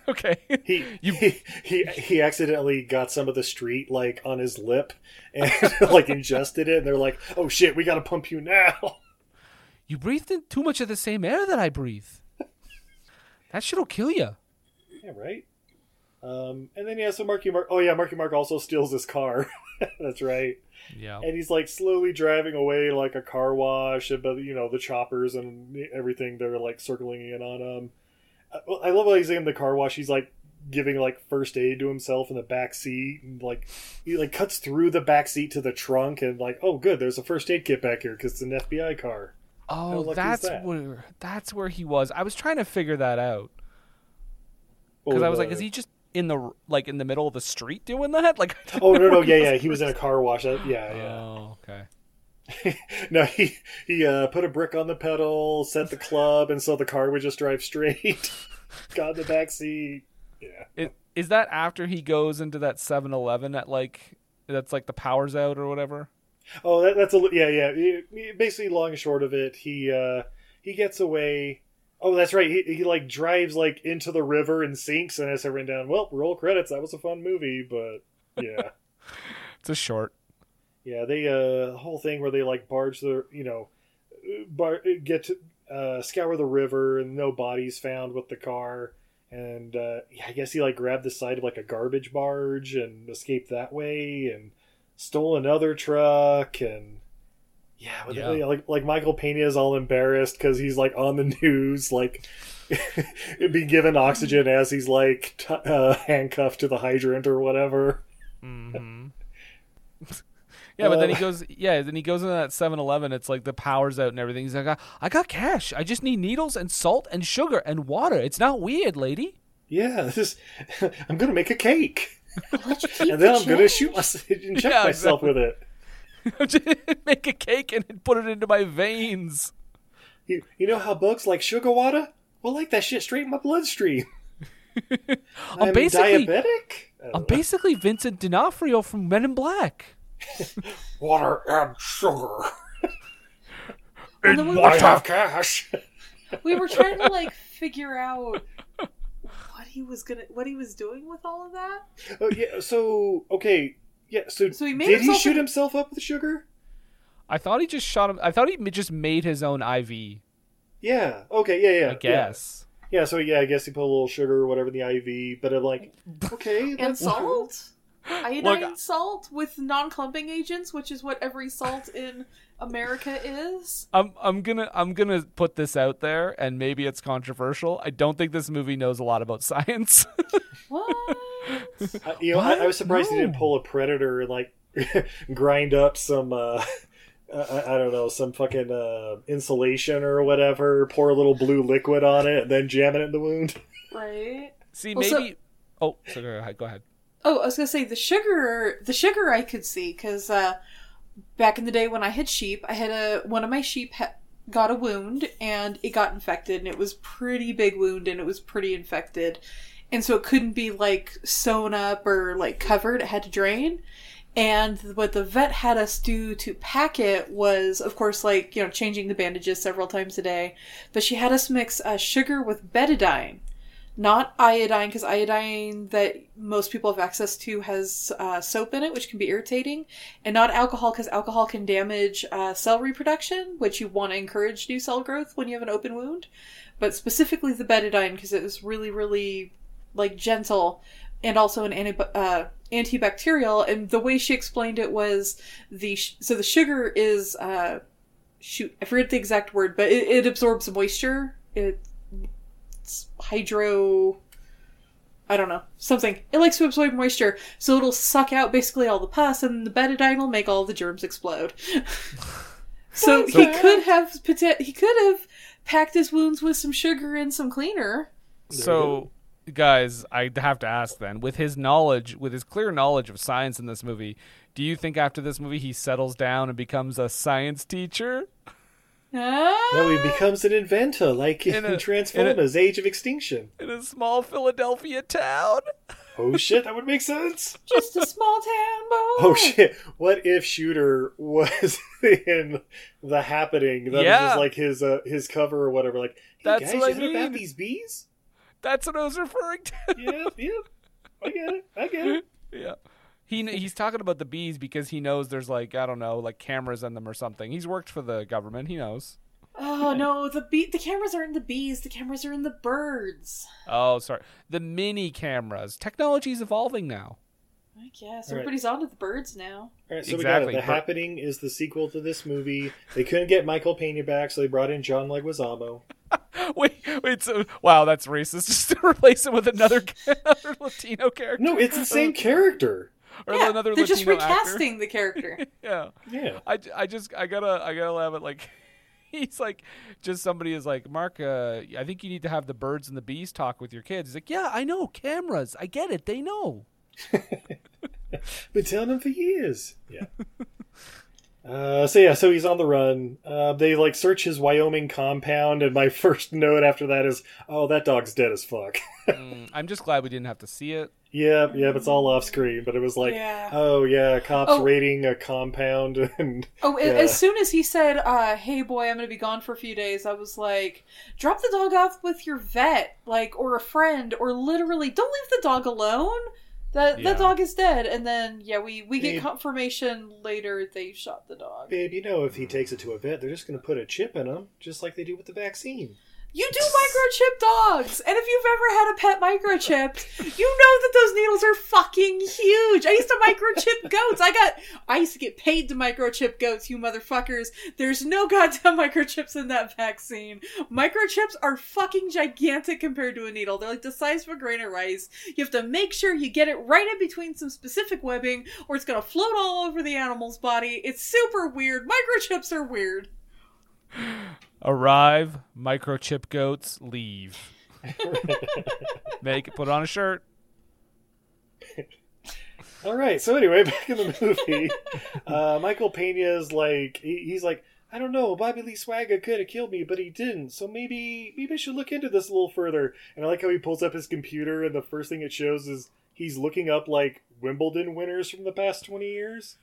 okay, He, he he he accidentally got some of the street like on his lip and like ingested it. And they're like, oh shit, we got to pump you now. you breathed in too much of the same air that I breathe. that shit'll kill you. Yeah, right. Um, and then yeah, so Marky Mark. Oh yeah, Marky Mark also steals his car. That's right. Yeah. And he's like slowly driving away like a car wash, and but you know the choppers and everything they're like circling in on him. Uh, well, I love how he's in the car wash. He's like giving like first aid to himself in the back seat, and like he like cuts through the back seat to the trunk, and like oh good, there's a first aid kit back here because it's an FBI car. How lucky Oh, is that's that? where that's where he was. I was trying to figure that out Or because I was the- like, is he just in the like in the middle of the street doing that? Like, I don't Oh know no no where he yeah yeah he was in a car wash. That- Yeah yeah. Oh, okay. no, he he uh, put a brick on the pedal, set the club, and so the car would just drive straight. Got in the back seat. Is, is that after he goes into that 7-Eleven at like that's like the powers out or whatever? Oh, that, that's a li- yeah, yeah. He- he- Basically, long and short of it, he uh, he gets away. Oh, that's right. He, he like drives like into the river and sinks, and as I ran down, well, roll credits. That was a fun movie, but yeah, It's a short. yeah. They uh, the whole thing where they like barge the you know, bar get to uh, scour the river and no bodies found with the car. And uh, yeah, I guess he like grabbed the side of like a garbage barge and escaped that way and stole another truck and yeah, but Yeah. like like Michael Pena is all embarrassed because he's like on the news like being given oxygen as he's like t- uh, handcuffed to the hydrant or whatever. Yeah, but then he Uh, goes yeah, then he goes into that 7-Eleven, it's like the powers out and everything. He's like, I got cash. I just need needles and salt and sugar and water. It's not weird, lady. Yeah, this is, I'm gonna make a cake keep and then the I'm gonna shoot myself and check Yeah, myself exactly. with it. Make a cake and put it into my veins. You, you know how bugs like sugar water? Well, like that shit straight in my bloodstream. I'm, Uh, basically- diabetic. Oh, I don't I'm know. basically Vincent D'Onofrio from Men in Black. water and sugar. And then we I were, have cash. we were trying to like figure out what he was gonna, what he was doing with all of that. Oh, yeah. So okay. Yeah. So, So he made did he himself shoot a- himself up with sugar? I thought he just shot him. I thought he just made his own IV. Yeah. Okay. Yeah. Yeah. I guess. Yeah. yeah. So yeah, I guess he put a little sugar or whatever in the IV. But I'm like, okay, and that's salt iodine salt with non-clumping agents which is what every salt in america is I'm I'm gonna I'm gonna put this out there, and maybe it's controversial. I don't think this movie knows a lot about science. what I, you know, I, What? I was surprised he didn't pull a predator and like grind up some. uh I, I- I don't know, some fucking uh, insulation or whatever. Pour a little blue liquid on it, and then jam it in the wound. right See, Well, maybe. so- oh, so go ahead. Go ahead. oh i was gonna say the sugar the sugar i could see because uh back in the day when i had sheep i had a one of my sheep ha- got a wound and it got infected and it was pretty big wound and it was pretty infected and so it couldn't be like sewn up or like covered it had to drain And what the vet had us do to pack it was, of course, like, you know, changing the bandages several times a day. But she had us mix uh, sugar with betadine, not iodine, because iodine that most people have access to has uh, soap in it, which can be irritating, and not alcohol, because alcohol can damage uh, cell reproduction, which you want to encourage new cell growth when you have an open wound. But specifically the betadine, because it was really, really like gentle and also an anti- uh, antibacterial and the way she explained it was the sh- so the sugar is uh shoot i forget the exact word but it, it absorbs moisture it, it's hydro i don't know something it likes to absorb moisture so it'll suck out basically all the pus and the betadine will make all the germs explode so he could have pota- he could have packed his wounds with some sugar and some cleaner So, guys, I have to ask then, with his knowledge, with his clear knowledge of science in this movie, do you think after this movie he settles down and becomes a science teacher? Ah! No, he becomes an inventor, like in, In a- in a- Transformers: Age of Extinction. in a small Philadelphia town. Oh shit, that would make sense. just a small town boy Oh shit! What if Shooter was in the happening? That was Yeah. just like his uh, his cover or whatever. Like, hey That's guys, what you I heard about mean. these bees? That's what I was referring to. Yep, yep. I get it. I get it. yeah. He kn- he's talking about the bees because he knows there's like I don't know like cameras in them or something. He's worked for the government. He knows. Oh no, the bee the cameras are in the bees, the cameras are in the birds. Oh, sorry. The mini cameras. Technology's evolving now. I guess. All right. Everybody's onto the birds now. All right, so we Exactly, got it. The but- happening is the sequel to this movie. They couldn't get Michael Pena back, so they brought in John Leguizamo. Wait, wait. So wow, that's racist. Just to replace him with another, another Latino character. No, it's the same character. or yeah, another they're Latino just recasting Actor. the character. Yeah. Yeah. I, j- I just I gotta I gotta laugh at like he's like just somebody is like Mark uh, I think you need to have the birds and the bees talk with your kids. He's like yeah I know cameras I get it they know. Been telling him for years. Yeah. Uh, so yeah, so he's on the run. Uh, they like search his Wyoming compound, and my first note after that is, "Oh, that dog's dead as fuck." Mm, I'm just glad we didn't have to see it. yep, yep, it's all off screen, but it was like, Yeah. "Oh yeah, cops Oh. raiding a compound," and oh, a- Yeah. as soon as he said, uh, hey boy, I'm gonna be gone for a few days, I was like, drop the dog off with your vet, like, or a friend, or literally don't leave the dog alone. That Yeah. that dog is dead. And then yeah, we, we Yeah. get confirmation later they shot the dog. babe, you know, if he takes it to a vet, they're just gonna put a chip in him, just like they do with the vaccine. You do microchip dogs, and if you've ever had a pet microchipped, you know that those needles are fucking huge. I used to microchip goats. I got, I used to get paid to microchip goats. You motherfuckers! There's no goddamn microchips in that vaccine. Microchips are fucking gigantic compared to a needle. They're like the size of a grain of rice. You have to make sure you get it right in between some specific webbing, or it's gonna float all over the animal's body. It's super weird. Microchips are weird. Arrive microchip goats leave. Make put on a shirt. All right. So anyway, back in the movie, uh, Michael Pena's like he, he's like I don't know. Bobby Lee Swagger could have killed me, but he didn't. So maybe maybe I should look into this a little further. And I like how he pulls up his computer, and the first thing it shows is he's looking up like Wimbledon winners from the past twenty years.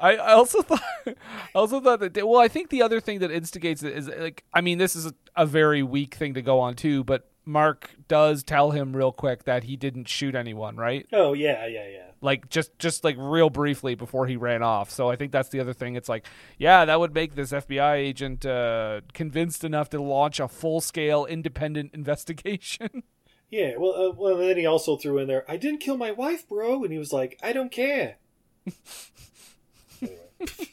I, I also thought I also thought that well I think the other thing that instigates it is like I mean this is a, a very weak thing to go on too but Mark does tell him real quick that he didn't shoot anyone right Oh yeah, yeah, yeah. like just just like real briefly before he ran off so i think that's the other thing it's like yeah that would make this fbi agent uh, convinced enough to launch a full-scale independent investigation Yeah, well, uh, well, then he also threw in there, "I didn't kill my wife, bro," and he was like, "I don't care." Anyway.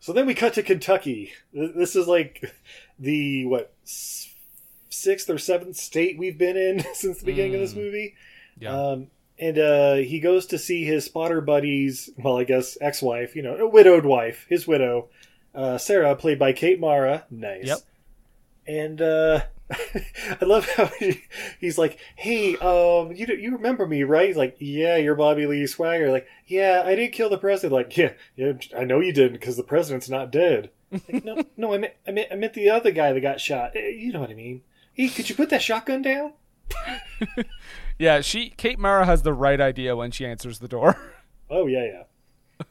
so then we cut to Kentucky. Th- This is like the what s- sixth or seventh state we've been in since the beginning of this movie. Hmm. Yeah. Um, and uh, he goes to see his spotter buddy's, well, I guess ex-wife, you know, widowed wife, his widow, uh, Sarah, played by Kate Mara. Nice. Yep. And uh, I love how he, he's like, "Hey, um, you you remember me, right?" He's like, "Yeah, you're Bobby Lee Swagger." Like, "Yeah, I didn't kill the president." Like, "Yeah, yeah I know you didn't because the president's not dead." Like, no, no, I meant, I meant I meant the other guy that got shot. Eh, You know what I mean? Hey, could you put that shotgun down? Yeah, she Kate Mara has the right idea when she answers the door. Oh yeah,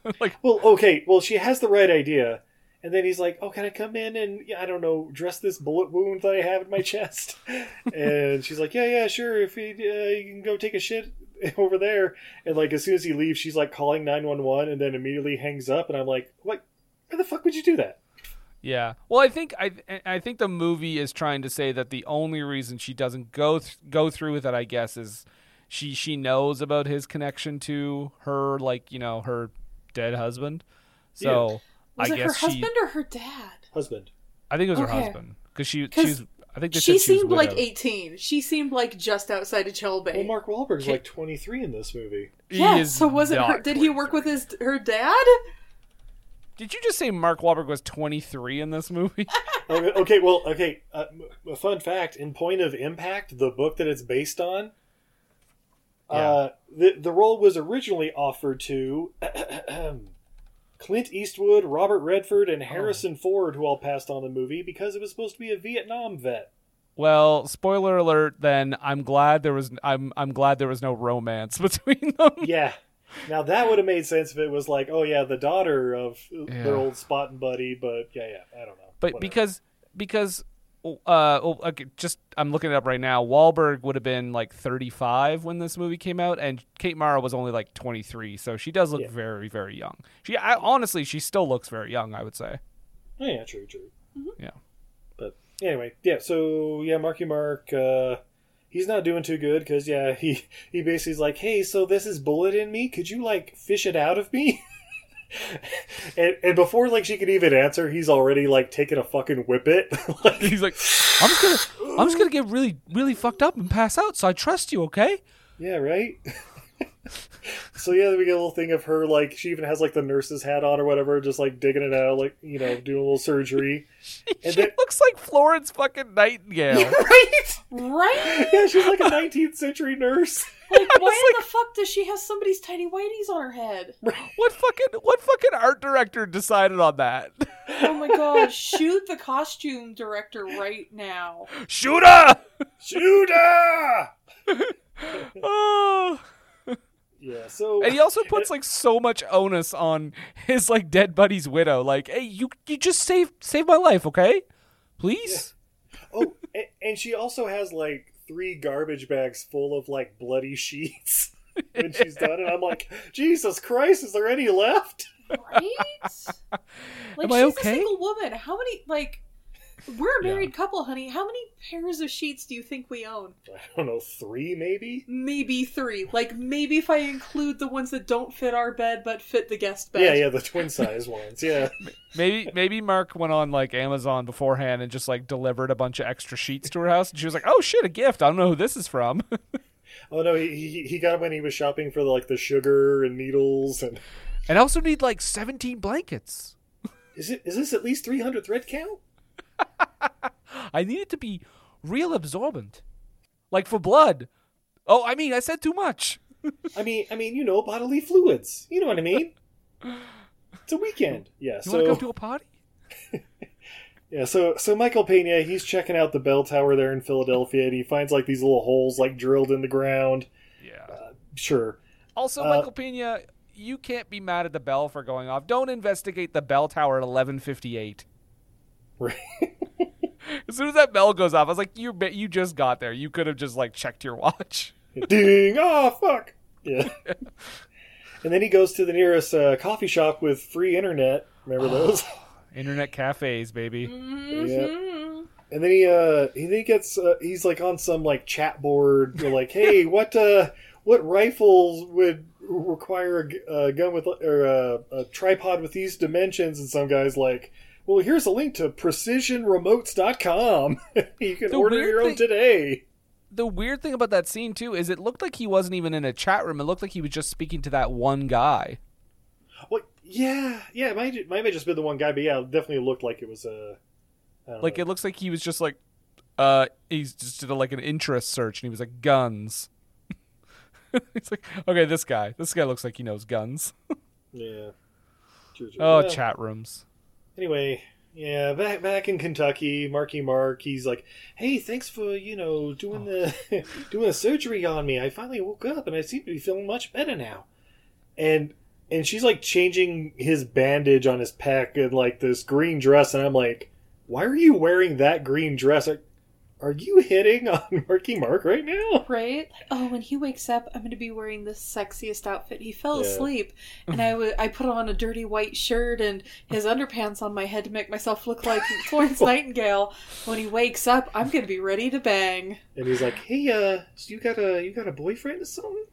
yeah. like Well, okay. Well, she has the right idea, and then he's like, "Oh, can I come in and yeah, I don't know, dress this bullet wound that I have in my chest?" and she's like, "Yeah, yeah, sure. If you, uh, you can go take a shit over there." And like as soon as he leaves, she's like calling nine one one, and then immediately hangs up. And I'm like, "What? Why the fuck would you do that?" Yeah. Well, I think I I think the movie is trying to say that the only reason she doesn't go th- go through with it, I guess, is she she knows about his connection to her, like you know, her dead husband. So Was I it her guess she. husband or her dad? Husband. I think it was her Okay. husband because she 'Cause she's. I think they She said she was seemed like widowed. 18. She seemed like just outside of Chill Bay. Well, Mark Wahlberg's like 23 in this movie. He yeah, is so was it her, not did he work with 23. his her dad? Did you just say Mark Wahlberg was twenty three in this movie? Okay, okay, well, okay. Uh, m- a fun fact: in Point of Impact, the book that it's based on, uh, the the role was originally offered to Clint Eastwood, Robert Redford, and Harrison Ford, who all passed on the movie because it was supposed to be a Vietnam vet. well, spoiler alert. Then I'm glad there was. I'm I'm glad there was no romance between them. Yeah. Now that would have made sense if it was like, oh yeah, the daughter of their old spot and buddy, but yeah, yeah, I don't know. But Whatever. because because uh oh, okay, just I'm looking it up right now. Wahlberg would have been like 35 when this movie came out, and Kate Mara was only like 23, so she does look Yeah. very very young. She I, honestly she still looks very young. I would say. Oh, yeah, true, true. Yeah. But anyway, yeah. So yeah, Marky Mark, uh, he's not doing too good because yeah, he he basically is like, hey, so this is bullet in me. Could you like fish it out of me? and and before like she could even answer, he's already like taking a fucking whip it. like, He's like, I'm just gonna I'm just gonna get really really fucked up and pass out. So I trust you, okay? yeah, right. so yeah, then we get a little thing of her like she even has like the nurse's hat on or whatever, just like digging it out, like you know, doing a little surgery. she then- looks like Florence fucking Nightingale. right? Right? Yeah, she's like a 19th century nurse. Like, why the fuck does she have somebody's tiny whiteys on her head? what fucking what fucking art director decided on that? Oh my god, shoot the costume director right now. Shooter! Judah. Oh. Yeah. So And he also puts like so much onus on his like dead buddy's widow. Like, hey, you you just save save my life, okay? Please. oh, and, and she also has like three garbage bags full of like bloody sheets when she's done, and I'm like, Jesus Christ, is there any left? Right? Like Am she's I a okay? single woman. How many like we're a married couple, honey. How many pairs of sheets do you think we own? I don't know, three maybe. Maybe three. Like maybe if I include the ones that don't fit our bed but fit the guest bed. Yeah, yeah, the twin size ones. Yeah, Maybe maybe Mark went on like Amazon beforehand and just like delivered a bunch of extra sheets to her house and she was like, Oh shit, a gift. I don't know who this is from. oh no, he he, he got 'em when he was shopping for like the sugar and needles, and and I also need like seventeen blankets. is it is this at least three hundred thread count? I need it to be real absorbent. Like for blood. Oh, I mean I said too much. I mean, I mean, you know, bodily fluids. You know what I mean? It's a weekend. Yeah. You so wanna come to a party? Yeah, so so Michael Pena, he's checking out the bell tower there in Philadelphia, and he finds like these little holes like drilled in the ground. Uh, Yeah. Sure. Also, Uh, Michael Pena, you can't be mad at the bell for going off. Don't investigate the bell tower at eleven fifty eight. Right. As soon as that bell goes off, I was like, "You ba- you just got there. You could have just like checked your watch." Ding! Oh fuck! Yeah. and then he goes to the nearest uh, coffee shop with free internet. Remember those? Internet cafes, baby. yeah. Mm-hmm. And then he uh he then he gets uh, he's like on some like chat board. They're like, hey, what uh what rifles would require a, g- a gun with or a, a tripod with these dimensions? And some guys like. Well, here's a link to precisionremotes.com. you can The order weird your own thing- today. The weird thing about that scene too is it looked like he wasn't even in a chat room. It looked like he was just speaking to that one guy. Well, yeah, yeah, it might, it might have just been the one guy, but yeah, it definitely looked like it was uh, a. I don't Like know. it looks like he was just like, uh, he's just did a, like an interest search and he was like guns. It's like, okay, this guy, this guy looks like he knows guns. Yeah. True, true. Oh, Yeah. chat rooms. Anyway, Yeah, back back in Kentucky, Marky Mark, he's like, "Hey, thanks for you know doing the doing the surgery on me. I finally woke up and I seem to be feeling much better now." And and she's like changing his bandage on his pec and like this green dress, and I'm like, "Why are you wearing that green dress? Are, are you hitting on Marky Mark right now?" Right? Oh, when he wakes up, I'm going to be wearing the sexiest outfit. He fell Yeah. asleep, and I wa- I put on a dirty white shirt and his underpants on my head to make myself look like Florence Nightingale. When he wakes up, I'm going to be ready to bang. And he's like, "Hey, uh, so you got a you got a boyfriend or something?"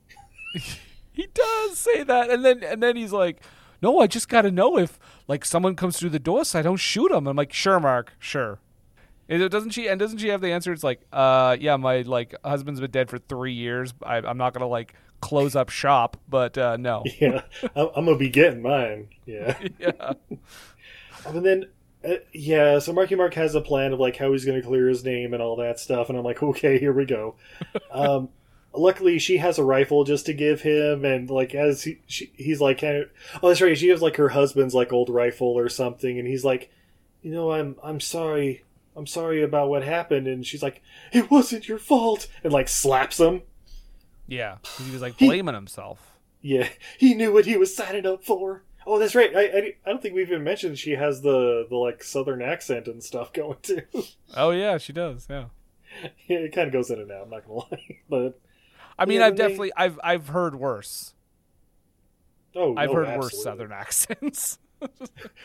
He does say that, and then and then he's like, "No, I just got to know if like someone comes through the door, so I don't shoot him." I'm like, "Sure, Mark, sure." And it- doesn't she? And doesn't she have the answer? It's like, "Uh, yeah, my like husband's been dead for three years. I, I'm not gonna like close up shop, but uh, no." Yeah, I'm, I'm gonna be getting mine. Yeah. yeah. And then, uh, yeah, so Marky Mark has a plan of like how he's going to clear his name and all that stuff, and I'm like, okay, here we go. Um, luckily, she has a rifle just to give him, and like as he, she, he's like, kind of, oh, that's right, she has like her husband's like old rifle or something, and he's like, you know, I'm I'm sorry, I'm sorry about what happened, and she's like, it wasn't your fault, and like slaps him. Yeah, 'cause he was like blaming himself. Yeah, he knew what he was signing up for. Oh, that's right. I, I, I don't think we've even mentioned she has the, the like southern accent and stuff going too. Oh yeah, she does. Yeah. Yeah, it kind of goes in and out. I'm not gonna lie, but I mean, Yeah, I've they- definitely I've I've heard worse. oh, I've no, heard absolutely. worse southern accents.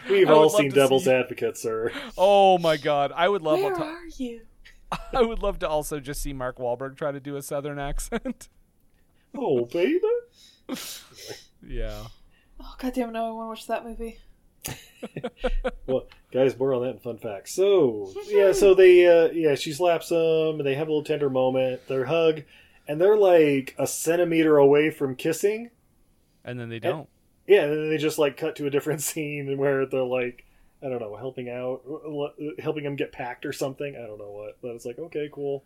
We've I would all love seen to Devil's see- Advocate, sir. oh my god, I would love. Where to- are you? I would love to also just see Mark Wahlberg try to do a southern accent. Oh, baby. yeah. Oh, goddamn, no, I want to watch that movie. Well, guys, more on that in fun facts. So yeah, so they uh, yeah, she slaps him, and they have a little tender moment. Their hug, and they're like a centimeter away from kissing. And then they don't. Yeah, and then they just like cut to a different scene where they're like, I don't know, helping out, helping him get packed or something. I don't know what, but it's like okay, cool.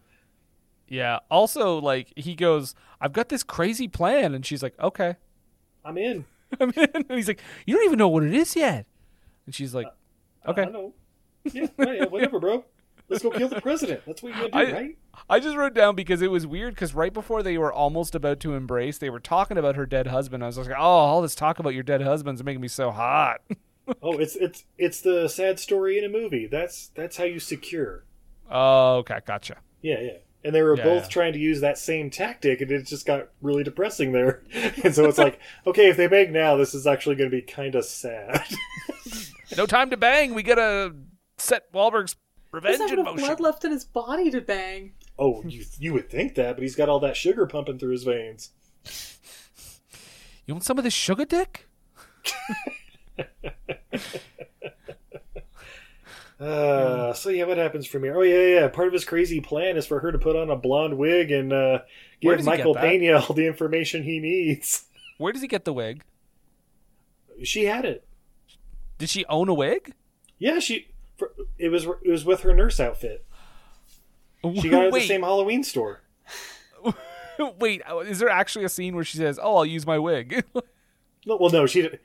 Yeah. Also, like he goes, "I've got this crazy plan," and she's like, "Okay." I'm in. I mean, and he's like, "You don't even know what it is yet," and she's like, "Okay." I know. Yeah, oh, yeah, whatever, bro. Let's go kill the president. That's what you gotta do, I- right? I just wrote down because it was weird because right before they were almost about to embrace, they were talking about her dead husband. I was like, "Oh, all this talk about your dead husband's making me so hot." Oh, it's it's it's the sad story in a movie. That's that's how you secure. oh, okay, gotcha. Yeah, yeah. And they were Yeah, both yeah. trying to use that same tactic, and it just got really depressing there. And so it's like, okay, if they make now, this is actually going to be kind of sad. No time to bang. We gotta set Wahlberg's He doesn't revenge have in enough motion. blood left in his body to bang. oh, you you would think that, but he's got all that sugar pumping through his veins. You want some of this sugar dick? Uh, so yeah, what happens from here? Oh yeah, yeah. Part of his crazy plan is for her to put on a blonde wig and uh, Where give does he get Michael that? Pena all the information he needs. Where does he get the wig? She had it. Did she own a wig? Yeah, she. For, it was it was with her nurse outfit. She got it at the wait, same Halloween store. wait, is there actually a scene where she says, "Oh, I'll use my wig"? No, well, no, she. did-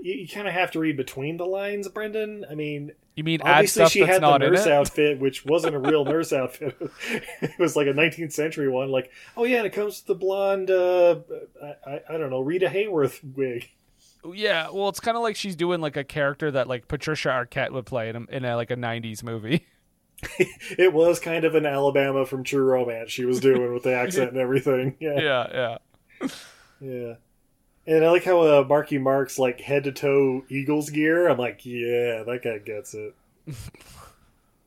You, you kind of have to read between the lines, Brendan. I mean, you mean add obviously stuff she that's had the not in nurse it? outfit, which wasn't a real nurse outfit. it was like a 19th century one. Like, oh yeah, and it comes with the blonde. Uh, I, I, I don't know, Rita Hayworth wig. Yeah, well, it's kind of like she's doing like a character that like Patricia Arquette would play in a, in a like a '90s movie. It was kind of an Alabama from True Romance she was doing with the accent and everything. Yeah. yeah, yeah. Yeah. And I like how uh, Marky Mark's like head to toe Eagles gear. I'm like, yeah, that guy gets it.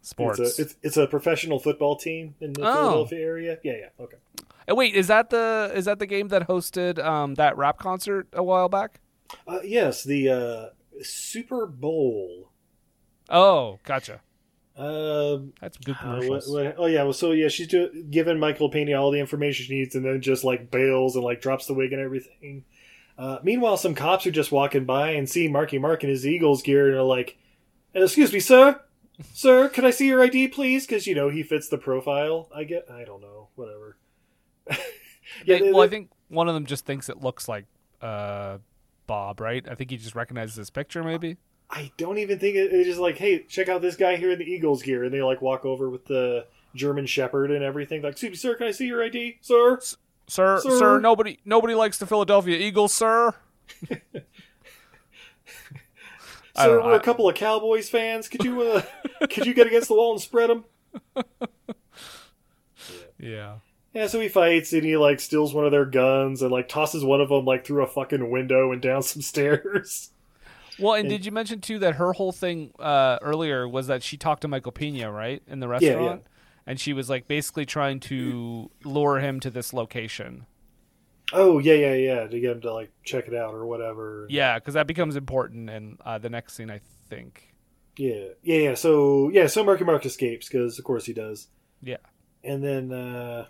Sports. It's a it's, it's a professional football team in the Oh. Philadelphia area. Yeah, yeah, okay. And wait, is that the is that the game that hosted um that rap concert a while back? Uh, yes, the uh, Super Bowl. Oh, gotcha. Um, That's good uh, what, commercials. what, oh yeah, well, so yeah, she's do, giving Michael Pena all the information she needs, and then just like bails and like drops the wig and everything. Uh, meanwhile, some cops are just walking by and see Marky Mark in his Eagles gear, and are like, "Excuse me, sir, sir, could I see your ID, please? Because you know he fits the profile. I get, I don't know, whatever." They- they- well, I they- think one of them just thinks it looks like uh Bob, right? I think he just recognizes his picture, maybe. I don't even think it, it's just like, hey, check out this guy here in the Eagles gear, and they like walk over with the German Shepherd and everything. Like, excuse me, sir, can I see your ID, sir? Sir, sir, Sir. nobody nobody likes the Philadelphia Eagles, sir. I Sir, don't know, we're a I- couple of Cowboys fans. Could you uh, could you get against the wall and spread them? Yeah. Yeah, so he fights and he like steals one of their guns and like tosses one of them like through a fucking window and down some stairs. Well, and did you mention too that her whole thing uh, earlier was that she talked to Michael Pena, right, in the yeah. restaurant, and she was like basically trying to lure him to this location. Oh yeah, yeah, yeah, to get him to like check it out or whatever. Yeah, because that becomes important in uh, the next scene, I think. yeah, yeah, yeah. So yeah, so Marky Mark escapes because of course he does. Yeah. and then uh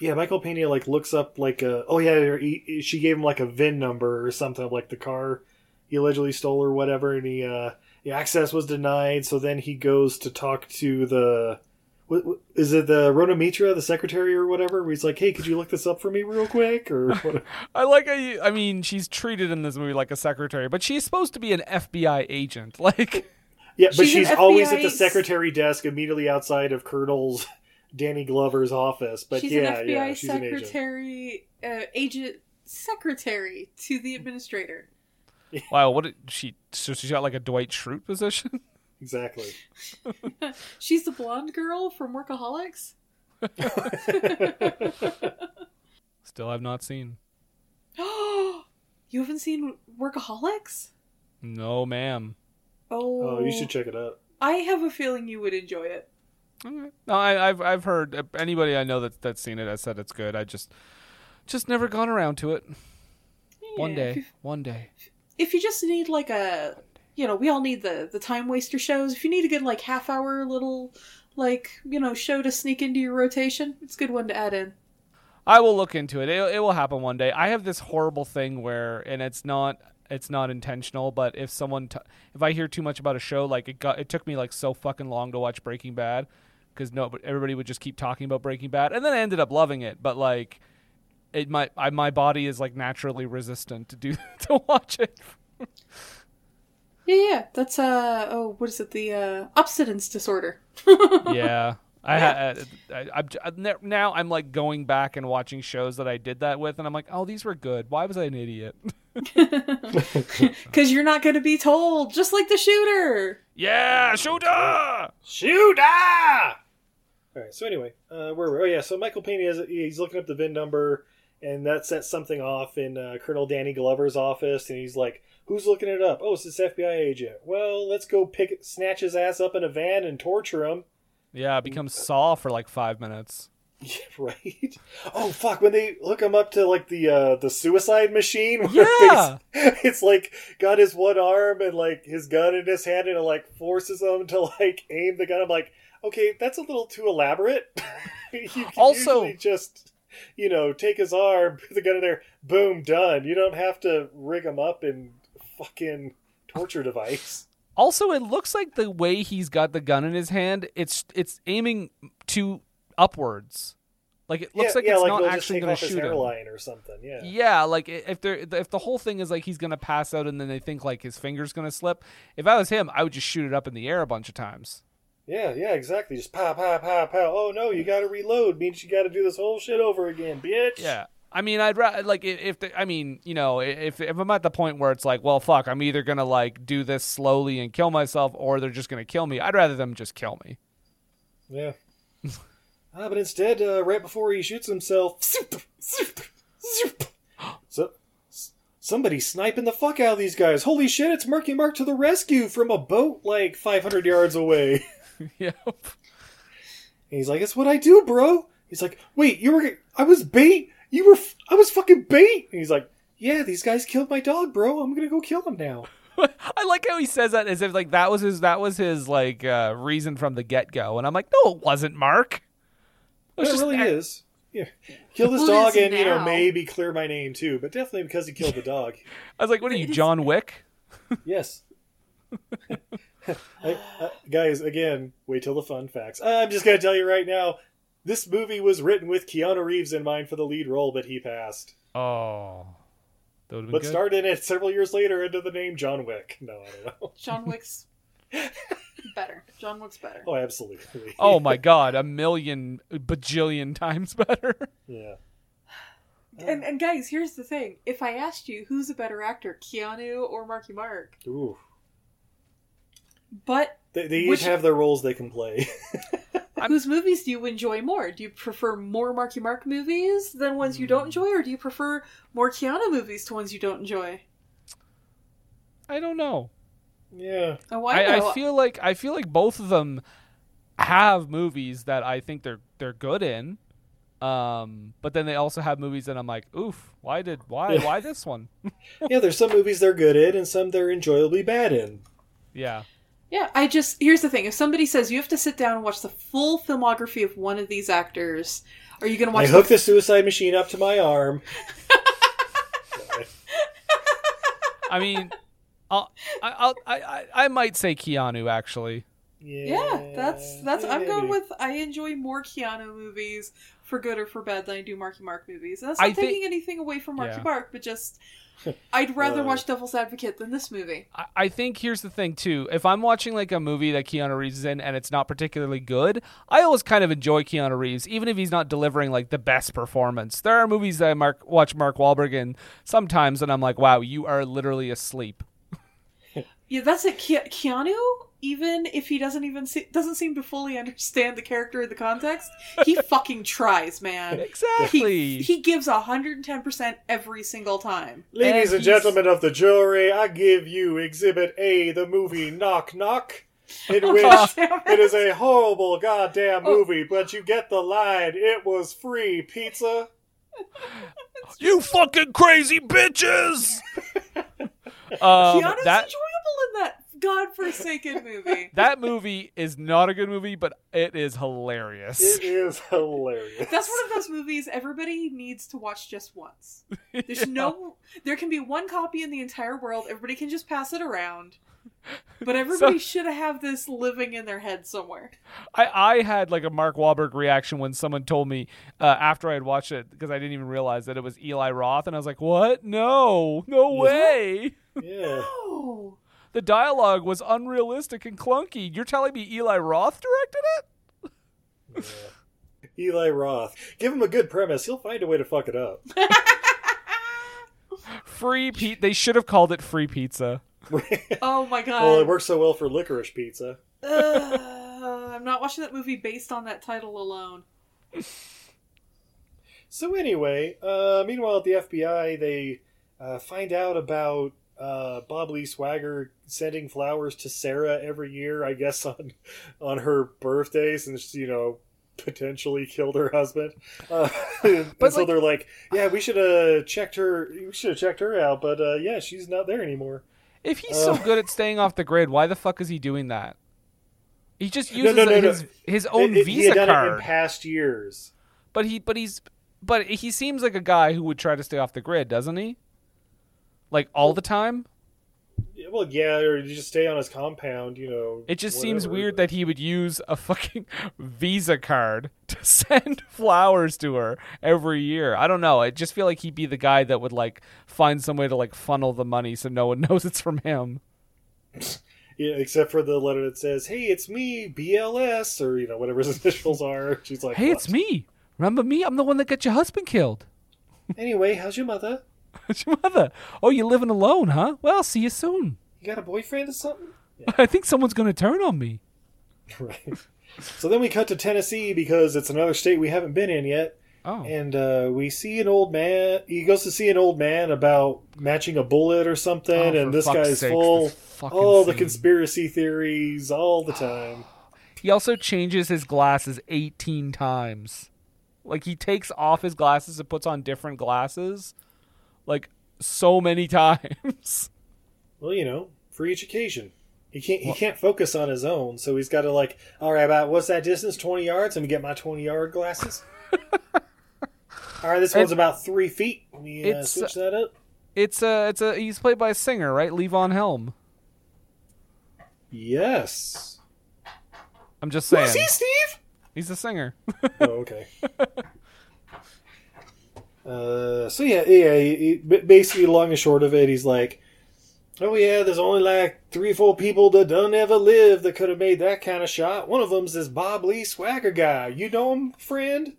yeah michael pena like looks up like a oh yeah he, she gave him like a vin number or something of, like the car he allegedly stole or whatever and he uh the access was denied so then he goes to talk to the wh- wh- is it the Rona Mitra, the secretary or whatever? Where he's like, "Hey, could you look this up for me real quick?" Or whatever. I like. how you- I mean, she's treated in this movie like a secretary, but she's supposed to be an FBI agent. Like, yeah, but She's an she's always at the FBI's secretary desk immediately outside of Colonel's Danny Glover's office. But she's yeah, an FBI yeah, she's an agent. secretary, uh, agent secretary to the administrator. wow, what did she? So she got like a Dwight Schrute position. Exactly. She's the blonde girl from Workaholics. Still have not seen. you haven't seen Workaholics? No, ma'am. Oh, Oh, you should check it out. I have a feeling you would enjoy it. Okay. No, I, I've I've heard uh, anybody I know that that's seen it. has said it's good. I just just never gone around to it. One Yeah. day, one day. If you just need like a, you know, we all need the the time waster shows. If you need a good like half hour little, like you know, show to sneak into your rotation, it's a good one to add in. I will look into it. it. It will happen one day. I have this horrible thing where, and it's not it's not intentional, but if someone t- if I hear too much about a show, like it got it took me like so fucking long to watch Breaking Bad because no, but everybody would just keep talking about Breaking Bad, and then I ended up loving it. But like, it my I, my body is like naturally resistant to do to watch it. Yeah, yeah, that's uh oh, what is it? The uh obstinence disorder. Oh. yeah. I, ha- uh, I, I, I'm j- I'm ne- now I'm like going back and watching shows that I did that with, and I'm like, oh, these were good. Why was I an idiot? Because you're not going to be told, just like the shooter. yeah, shooter. Shoot! Ah! All right. So anyway, uh, where were? Oh yeah. So Michael Pena is he's looking up the VIN number, and that sets something off in uh, Colonel Danny Glover's office, and he's like, "Who's looking it up? Oh, it's this FBI agent. Well, let's go pick snatch his ass up in a van and torture him." Yeah, it becomes Saw for like five minutes. Yeah, right. Oh fuck! When they hook him up to like the uh, the suicide machine, where Yeah. it's, it's like got his one arm and like his gun in his hand, and it like forces him to like aim the gun. I'm like, okay, that's a little too elaborate. you can Also- usually just you know take his arm, put the gun in there, boom, done. You don't have to rig him up in fucking torture device. Also, it looks like the way he's got the gun in his hand, it's it's aiming to upwards. Like it looks like it's not they'll actually just take going off to his shoot him. hairline or something. Yeah. Yeah, like i- if they if the whole thing is like he's gonna pass out and then they think like his finger's gonna slip. If I was him, I would just shoot it up in the air a bunch of times. Yeah, yeah, exactly. Just pow, pow, pow, pow. Oh no, you got to reload. Means you got to do this whole shit over again, bitch. Yeah, I mean, I'd rather like i- if the, I mean, you know, i- if if I'm at the point where it's like, well, fuck, I'm either gonna like do this slowly and kill myself, or they're just gonna kill me. I'd rather them just kill me. yeah. ah, but instead, uh, right before he shoots himself, so somebody sniping the fuck out of these guys. Holy shit! It's Murky Mark to the rescue from a boat like 500 yards away. yeah, And he's like, "It's what I do, bro." He's like, "Wait, you were? I was bait. You were? f- I was fucking bait." And he's like, "Yeah, these guys killed my dog, bro. I'm gonna go kill them now." I like how he says that as if like that was his that was his like uh, reason from the get go, and I'm like, no, it wasn't, Mark. It was It just really ac- is. Yeah. Kill this Well, dog it's and, you know, now. maybe clear my name too, but definitely because he killed the dog. I was like, what are you, John Wick? yes. I, uh, guys, again, wait till the fun facts. Uh, I'm just going to tell you right now this movie was written with Keanu Reeves in mind for the lead role, but he passed. Oh. That would have been But good. started it several years later under the name John Wick. No, I don't know. John Wick's better. John Wick's better. Oh, absolutely. oh my god, a million bajillion times better. Yeah. And and guys, here's the thing: if I asked you who's a better actor, Keanu or Marky Mark, Ooh. but They, they each Which- have their roles they can play. whose movies do you enjoy more? Do you prefer more Marky Mark movies than ones you Hmm. don't enjoy, or do you prefer more Keanu movies to ones you don't enjoy? I don't know. yeah. Oh, I, I, know. I feel like I feel like both of them have movies that I think they're they're good in. Um, but then they also have movies that I'm like, oof, why did why Yeah. why this one? Yeah, there's some movies they're good in and some they're enjoyably bad in. Yeah. Yeah, I just here's the thing: if somebody says you have to sit down and watch the full filmography of one of these actors, are you going to I watch? the- hook the suicide machine up to my arm. I mean, I'll, I- I'll, I, I, I might say Keanu actually. yeah, that's that's. I'm maybe. going with I enjoy more Keanu movies for good or for bad than I do Marky Mark movies. And that's I not think- taking anything away from Marky Yeah. Mark, but just I'd rather Uh. watch Devil's Advocate than this movie. I, I think here's the thing too. If I'm watching like a movie that Keanu Reeves is in and it's not particularly good, I always kind of enjoy Keanu Reeves, even if he's not delivering like the best performance. There are movies that I mark watch Mark Wahlberg in sometimes, and I'm like, wow, you are literally asleep. Yeah, that's it. Ke- Keanu, even if he doesn't even se- doesn't seem to fully understand the character or the context, he fucking tries, man. Exactly. He, he gives 110% every single time. Ladies And and he's- gentlemen of the jury, I give you Exhibit A, the movie Knock Knock, in which God Oh, damn it is a horrible goddamn Oh. movie, but you get the line, it was free pizza. you fucking crazy bitches. um, Keanu's that enjoyable in that godforsaken movie. that movie is not a good movie, but it is hilarious. It is hilarious. That's one of those movies everybody needs to watch just once. There's no, there can be one copy in the entire world. Everybody can just pass it around. But everybody should have this living in their head somewhere. I, I had like a Mark Wahlberg reaction when someone told me uh, after I had watched it because I didn't even realize that it was Eli Roth, and I was like, "What? No, no way!" Yeah. Oh, The dialogue was unrealistic and clunky. You're telling me Eli Roth directed it? Eli Roth. Give him a good premise, he'll find a way to fuck it up. Free Pete. They should have called it Free Pizza. oh my god. well, it works so well for licorice pizza. Ugh, I'm not watching that movie based on that title alone. So anyway, uh, meanwhile at the FBI, they uh, find out about uh, Bob Lee Swagger sending flowers to Sarah every year, I guess on on her birthday, since you know potentially killed her husband. Uh, and But, so like- they're like, "Yeah, we should have checked her. We should have checked her out, but uh, yeah, she's not there anymore." If he's so Uh. good at staying off the grid, why the fuck is he doing that? He just uses no, no, no. his his own It- it- he Visa had done it in card. past years. but he but he's but he seems like a guy who would try to stay off the grid, doesn't he? Like all the time? Yeah, Well, yeah, or you just stay on his compound, you know. It just seems whatever. weird that he would use a fucking Visa card to send flowers to her every year. I don't know. I just feel like he'd be the guy that would like find some way to like funnel the money so no one knows it's from him. Yeah, except for the letter that says, "Hey, it's me, BLS," or you know whatever his initials are. She's like, Hey, it's "What?" me. Remember me? I'm the one that got your husband killed. Anyway, how's your mother? It's your mother. Oh, you're living alone, huh? Well, see you soon. You got a boyfriend or something?" I think someone's gonna turn on me. Right. so then we cut to Tennessee because it's another state we haven't been in yet, Oh, and uh, we see an old man. He goes to see an old man about matching a bullet or something, Oh, for and this fuck's guy's sakes, full this fucking all the scene. conspiracy theories all the time. He also changes his glasses 18 times. Like he takes off his glasses and puts on different glasses like so many times. Well, you know, for each occasion. He can't he can't focus on his own, so he's got to like, all right, about what's that distance? Twenty yards. Let me get my twenty yard glasses. all right, this one's about three feet. Let me uh, It's- switch that up. It's a it's a he's played by a singer, right? Levon Helm. Yes. I'm just Was saying. he Steve? He's a singer. oh, okay. Uh, so yeah, yeah. He, he, ba- basically, long and short of it, he's like, "Oh yeah, there's only like three, four people that don't ever live that could have made that kind of shot. One of them's this Bob Lee swagger guy. You know him, friend?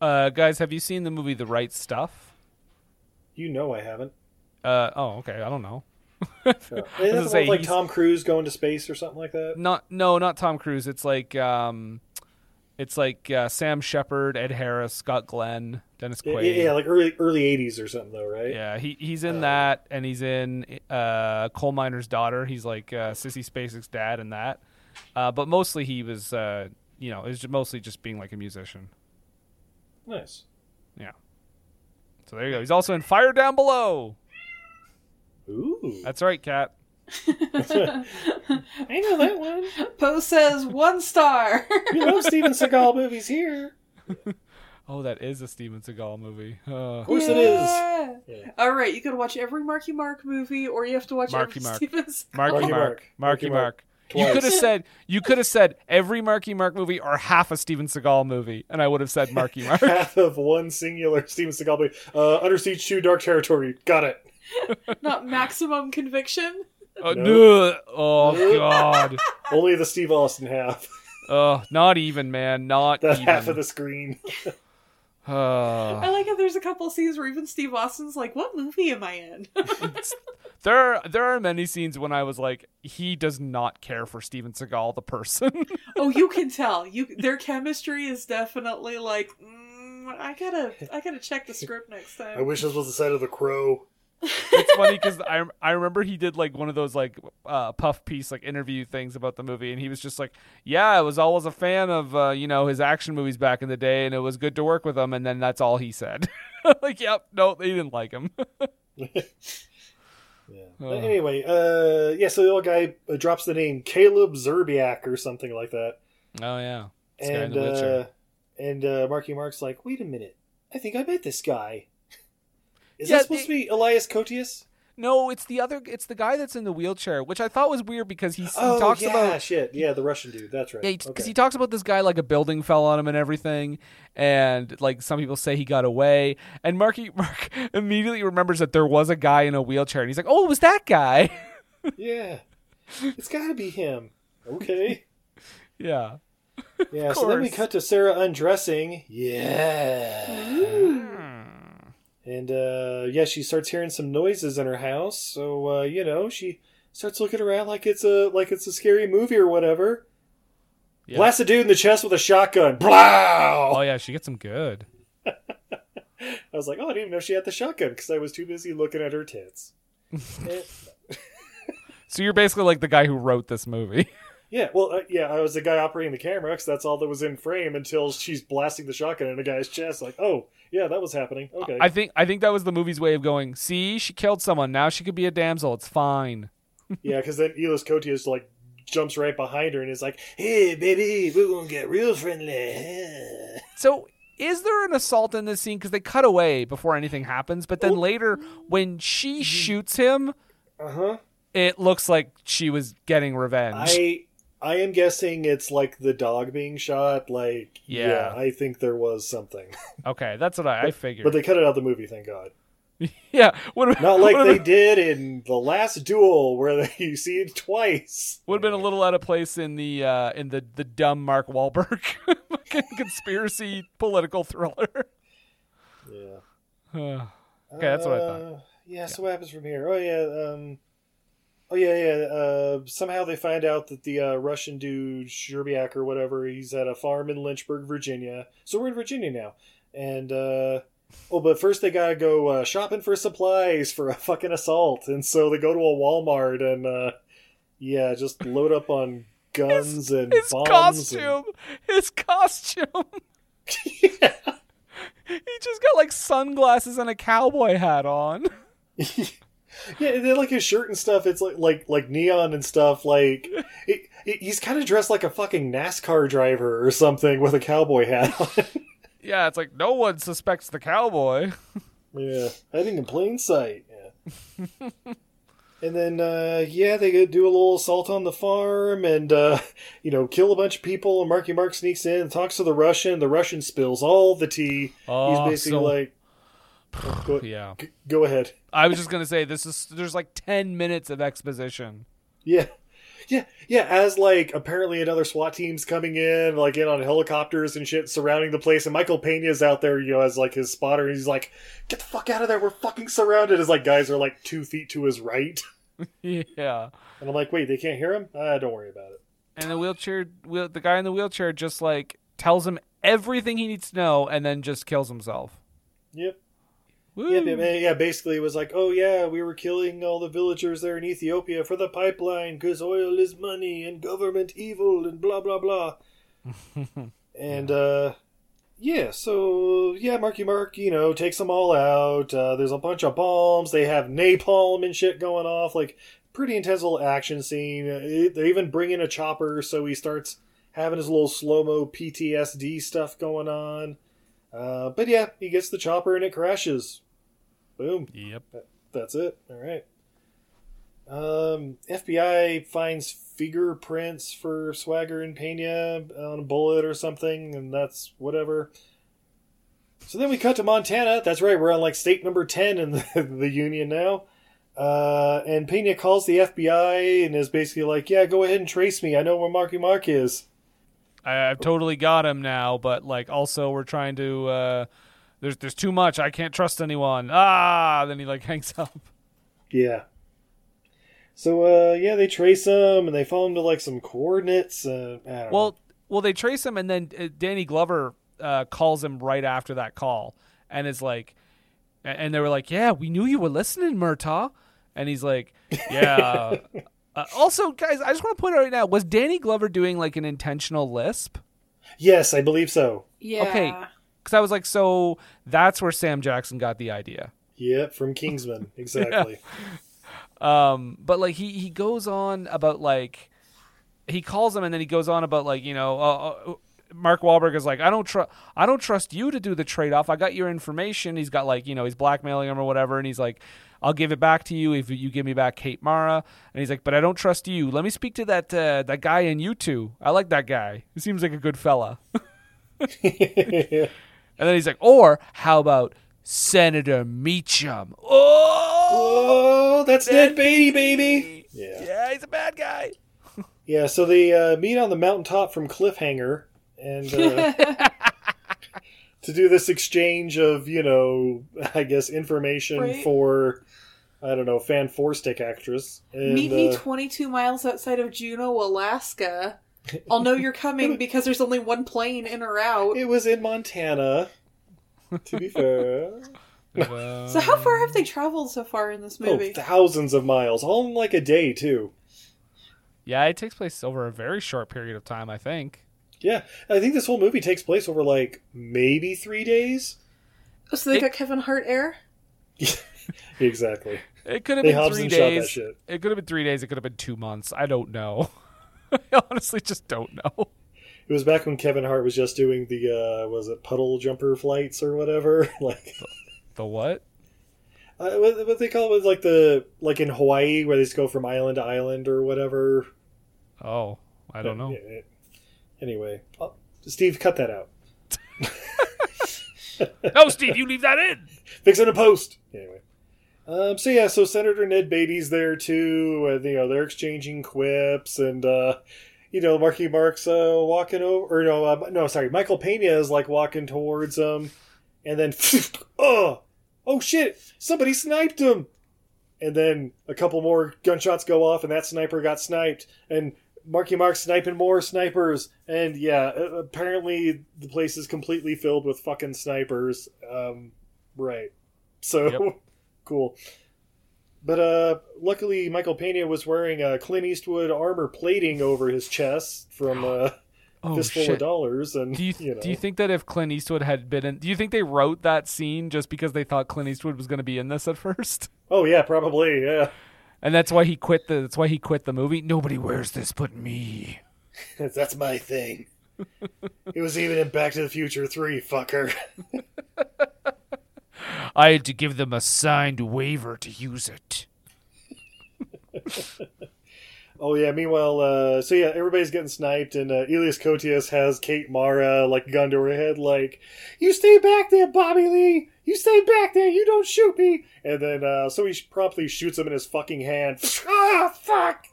Uh, guys, have you seen the movie The Right Stuff? You know I haven't. Uh, oh, okay. I don't know. No. I was Isn't gonna that the one say, with, like he's- Tom Cruise going to space or something like that? Not no, not Tom Cruise. It's like um, it's like uh, Sam Shepard, Ed Harris, Scott Glenn, Dennis Yeah, Quaid. yeah, yeah, like early early '80s or something though, right? Yeah, he he's in that, and he's in uh, Coal Miner's Daughter. He's like uh, Sissy Spacek's dad in that, uh, but mostly he was, uh, you know, it was ju- mostly just being like a musician. Nice. Yeah. So there you go. He's also in Fire Down Below. Ooh, That's right, Cat. I know that one. Poe says one star. We love Steven Seagal movies here. Oh, that is a Steven Seagal movie. Of Uh, course it is. Yeah. Yeah. All right, you could watch every Marky Mark movie, or you have to watch Marky every Mark. Stevens. Marky Marky Mark. Mark. Marky Marky Mark. Mark. You Twice. could have said you could have said every Marky Mark movie or half a Steven Seagal movie, and I would have said Marky Mark. Path of one singular Steven Seagal movie. Uh, Under Siege 2, Dark Territory. Got it. Not maximum conviction. Oh, Nope. no. oh God. Only the Steve Austin half. Oh, not even, man. Not That even. half of the screen. Ah. I like how there's a couple scenes where even Steve Austin's like, "What movie am I in?" there, are, there are many scenes when I was like, he does not care for Steven Seagal, the person. oh, you can tell. You their chemistry is definitely like, mm, I gotta, I gotta check the script next time. I wish this was the side of the crow. it's funny because I, I remember he did like one of those like uh, puff piece like interview things about the movie, and he was just like, yeah, I was always a fan of uh, you know his action movies back in the day, and it was good to work with him. And then that's all he said. like, yep, no, they didn't like him. Yeah. Oh. But anyway, uh, yeah, so the old guy uh, drops the name Caleb Zerbiak or something like that. oh yeah, This guy in and the wheelchair. uh, and uh, Marky Mark's like, wait a minute, I think I met this guy. Is Yeah, that supposed to be Elias Cotius? no, it's the other, it's the guy that's in the wheelchair, which I thought was weird because he, he oh talks yeah, about shit, yeah, the Russian dude. That's right. Yeah, because Okay. he talks about this guy like a building fell on him and everything, and like some people say he got away. And Marky Mark immediately remembers that there was a guy in a wheelchair, and he's like, "Oh, it was that guy." yeah, it's got to be him. Okay. yeah, Yeah. So then we course. cut to Sarah undressing. Yeah. Hmm. And uh, yeah, she starts hearing some noises in her house. So uh, you know, she starts looking around like it's a like it's a scary movie or whatever. Yeah. Blast a dude in the chest with a shotgun. Blow! Oh yeah, she gets him good. I was like, oh, I didn't even know she had the shotgun because I was too busy looking at her tits. Eh, So you're basically like the guy who wrote this movie. yeah, well, uh, yeah, I was the guy operating the camera because that's all that was in frame until she's blasting the shotgun in a guy's chest. Like, oh, yeah, that was happening. Okay. I think I think that was the movie's way of going. See, she killed someone. Now she could be a damsel. It's fine. yeah, because then Elis Kotias, like, jumps right behind her and is like, hey, baby, we're going to get real friendly. So is there an assault in this scene? Because they cut away before anything happens, but then later when Mm-hmm. she shoots him, Uh huh. it looks like she was getting revenge. I. I am guessing it's like the dog being shot. Like, Yeah. yeah, I think there was something, Okay, that's what I, I figured. but they cut it out of the movie. Thank God. yeah, would have Not like would they did in the last duel where they, you see it twice. would have been a little out of place in the uh, in the the dumb Mark Wahlberg fucking conspiracy political thriller. Yeah. okay, that's what I thought. Uh, Yeah, so what happens from here? Oh yeah, um Oh yeah, yeah. Uh, somehow they find out that the uh, Russian dude Sherbiak or whatever, he's at a farm in Lynchburg, Virginia. So we're in Virginia now, and uh, oh, but first they gotta go uh, shopping for supplies for a fucking assault, and so they go to a Walmart and uh, yeah, just load up on guns and His bombs. and- costume, his costume. He just got like sunglasses and a cowboy hat on. Yeah, and then like his shirt and stuff, it's like like like neon and stuff. Like it, it- he's kind of dressed like a fucking NASCAR driver or something with a cowboy hat. on. Yeah, it's like no one suspects the cowboy. yeah, hiding in plain sight. Yeah. and then uh, yeah, they go do a little assault on the farm and uh, you know kill a bunch of people. And Marky Mark sneaks in, and talks to the Russian. The Russian spills all the tea. Oh, he's basically so- like, Go, Yeah. g- go ahead. I was just gonna say this is there's like ten minutes of exposition. Yeah. Yeah, yeah, as like apparently another SWAT team's coming in, like in on helicopters and shit surrounding the place, and Michael Pena's out there, you know, as like his spotter, and he's like, Get the fuck out of there, we're fucking surrounded as like guys are like two feet to his right. Yeah. And I'm like, wait, they can't hear him? Ah, don't worry about it. And the wheelchair wheel, the guy in the wheelchair just like tells him everything he needs to know and then just kills himself. Yep. Woo. Yep, yeah, yeah, basically it was like, oh yeah, we were killing all the villagers there in Ethiopia for the pipeline because oil is money and government evil and blah blah blah. and uh yeah, so yeah, Marky Mark, you know, takes them all out. Uh, there's a bunch of bombs. They have napalm and shit going off. Like pretty intense little action scene. Uh, it- They even bring in a chopper, so he starts having his little slow mo PTSD stuff going on. Uh, but yeah, he gets the chopper and it crashes. Boom. Yep. That's it. All right. Um, FBI finds fingerprints for Swagger and Pena on a bullet or something, and that's whatever. So then we cut to Montana. That's right, we're on like state number 10 in the, the Union now. Uh, and Pena calls the FBI and is basically like, Yeah, go ahead and trace me. I know where Marky Mark is. I, I've totally got him now, but like also we're trying to uh there's there's too much. I can't trust anyone. Ah then he like hangs up. Yeah. So, uh, yeah, they trace him and they follow him to like some coordinates. Uh, I don't know. Well, well, they trace him, and then uh, Danny Glover uh, calls him right after that call, and is like, a- and they were like, "Yeah, we knew you were listening, Murtaugh," and he's like, "Yeah." uh, also, guys, I just want to point out right now: was Danny Glover doing like an intentional lisp? Yes, I believe so. Yeah. Okay. Because I was like, so that's where Sam Jackson got the idea. Yep, from Kingsman. Exactly. Um, but like he he goes on about like he calls him and then he goes on about like you know uh, uh, Mark Wahlberg is like I don't trust I don't trust you to do the trade off. I got your information. He's got like you know he's blackmailing him or whatever, and he's like I'll give it back to you if you give me back Kate Mara. And he's like, but I don't trust you. Let me speak to that uh, that guy in you two. I like that guy. He seems like a good fella. And then he's like, or how about Senator Meacham? Oh. oh, that's Ned Beatty, baby. Yeah. yeah. Yeah, he's a bad guy. so they uh, meet on the mountaintop from Cliffhanger and uh, to do this exchange of, you know, I guess information Right. for, I don't know, fan four stick actress. And, Meet me uh, 22 miles outside of Juneau, Alaska. I'll know you're coming because there's only one plane in or out. uh, it was in Montana, to be fair. So how far have they traveled so far in this oh, movie? thousands of miles, all in like a day, too. Yeah, it takes place over a very short period of time, I think. Yeah, I think this whole movie takes place over like maybe three days. Oh, so they got Kevin Hart air? Exactly. It could have They been Hobson three shot that days. shit. It could have been three days. It could have been two months. I don't know. I honestly just don't know. It was back when Kevin Hart was just doing the uh, was it puddle jumper flights or whatever, like The what? uh, what, what they call it was like the like in Hawaii where they just go from island to island or whatever. Oh, I don't know. Yeah. Anyway, oh, Steve, cut that out. No, Oh, Steve, you leave that in. Fix it in post. Anyway, um, so yeah, so Senator Ned Beatty's there too, and you know they're exchanging quips, and uh, you know Marky Mark's uh, walking over, or no, uh, no, sorry, Michael Pena is like walking towards him, and then oh, oh shit, somebody sniped him, and then a couple more gunshots go off, and that sniper got sniped, and. Marky Mark sniping more snipers, and yeah, a- apparently the place is completely filled with fucking snipers. Um, Right. So Yep. cool. But uh luckily Michael Pena was wearing uh, Clint Eastwood armor plating over his chest from uh Oh Fistful of shit. Dollars and Do you, know. do you think that if Clint Eastwood had been in, do you think they wrote that scene just because they thought Clint Eastwood was going to be in this at first? Oh yeah, probably, yeah. And that's why he quit the that's why he quit the movie. Nobody wears this but me. That's my thing. it was even in Back to the Future 3, fucker. I had to give them a signed waiver to use it. Oh yeah. Meanwhile, uh, so yeah, everybody's getting sniped, and uh, Elias Koteas has Kate Mara like gun to her head, like "You stay back there, Bobby Lee. You stay back there. You don't shoot me. And then, uh, so he sh- promptly shoots him in his fucking hand. ah, fuck.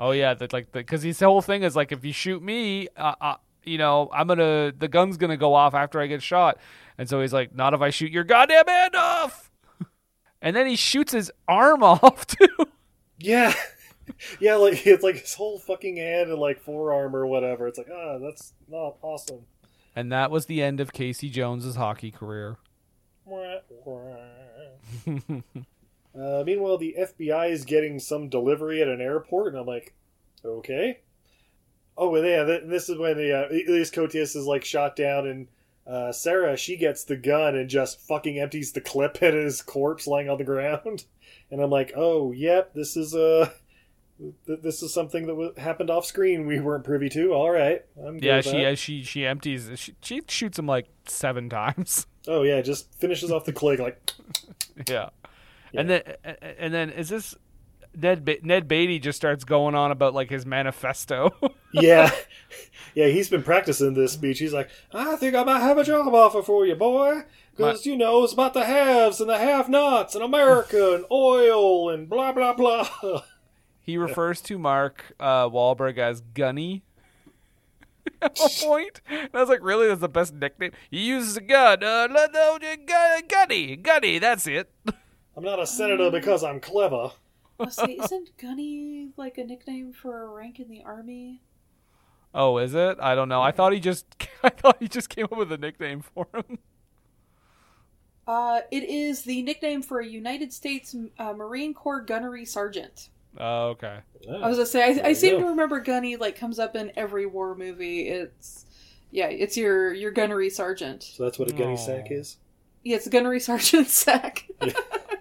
Oh yeah, that like because his whole thing is like if you shoot me, uh, uh, you know I'm gonna the gun's gonna go off after I get shot, and so he's like, not if I shoot your goddamn hand off. And then he shoots his arm off too. Yeah. Yeah, like it's like his whole fucking hand and like forearm or whatever. It's like, ah, that's not awesome. And that was the end of Casey Jones's hockey career. Wah, wah. uh, meanwhile, the FBI is getting some delivery at an airport, and I'm like, okay. Oh, and yeah, th- this is when the uh, Elias Koteas is like shot down, and uh, Sarah she gets the gun and just fucking empties the clip at his corpse lying on the ground, and I'm like, oh, yep, this is uh, th- this is something that w- happened off screen we weren't privy to. All right, I'm good Yeah, with she that. yeah, she she empties she, she shoots him like seven times. Oh yeah, just finishes off the click like. yeah. And then and then is this Ned ba- Ned Beatty just starts going on about like his manifesto. yeah, yeah, he's been practicing this speech. He's like, I think I might have a job offer for you, boy, because you know it's about the haves and the have-nots and America and oil and blah blah blah. he refers to Mark uh, Wahlberg as Gunny. At one point, and I was like, "Really? That's the best nickname? He uses a gun. Uh, no, no, uh, gu- Gunny, Gunny. That's it." I'm not a senator because I'm clever. Honestly, isn't Gunny like a nickname for a rank in the army? Oh, is it? I don't know. I thought he just, I thought he just came up with a nickname for him. Uh, it is the nickname for a United States uh, Marine Corps gunnery sergeant. Oh, okay. I was gonna say, I, I seem go. to remember Gunny like comes up in every war movie. It's yeah, it's your your gunnery sergeant. So that's what a gunny Aw. sack is. Yeah, it's gunnery sergeant sack.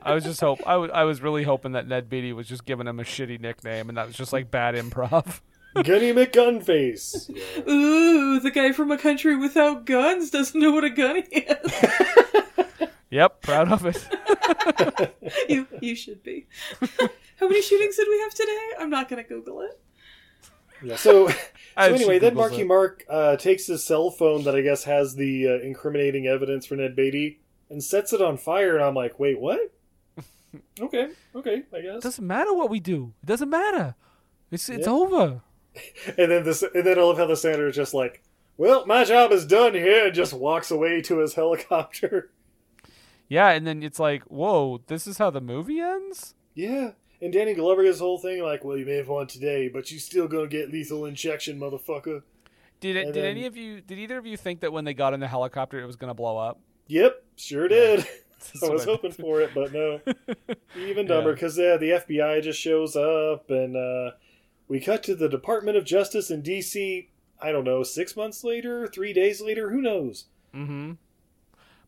I was just hope I wa- I was really hoping that Ned Beatty was just giving him a shitty nickname, and that was just like bad improv. Gunny McGunface. Ooh, the guy from a country without guns doesn't know what a gun is. Yep, proud of it. you you should be. How many shootings did we have today? I'm not gonna Google it. Yeah, so, so And she anyway, then Googles Marky it. Mark uh, takes his cell phone that I guess has the uh, incriminating evidence for Ned Beatty and sets it on fire, and I'm like, wait, what? okay, okay, I guess. Doesn't matter what we do. It doesn't matter. It's it's over. And then this, and then I love how the senator is just like, well, my job is done here, and just walks away to his helicopter. Yeah, and then it's like, whoa, this is how the movie ends. yeah. And Danny Glover his whole thing like, well, you may have won today, but you still gonna get lethal injection, motherfucker. Did it, And did then- any of you did either of you think that when they got in the helicopter it was gonna blow up? Yep, sure did. That's I what was I- hoping for it, but no. Even dumber, because yeah. the FBI just shows up, and uh, we cut to the Department of Justice in D.C., I don't know, six months later, three days later, who knows? Mm-hmm.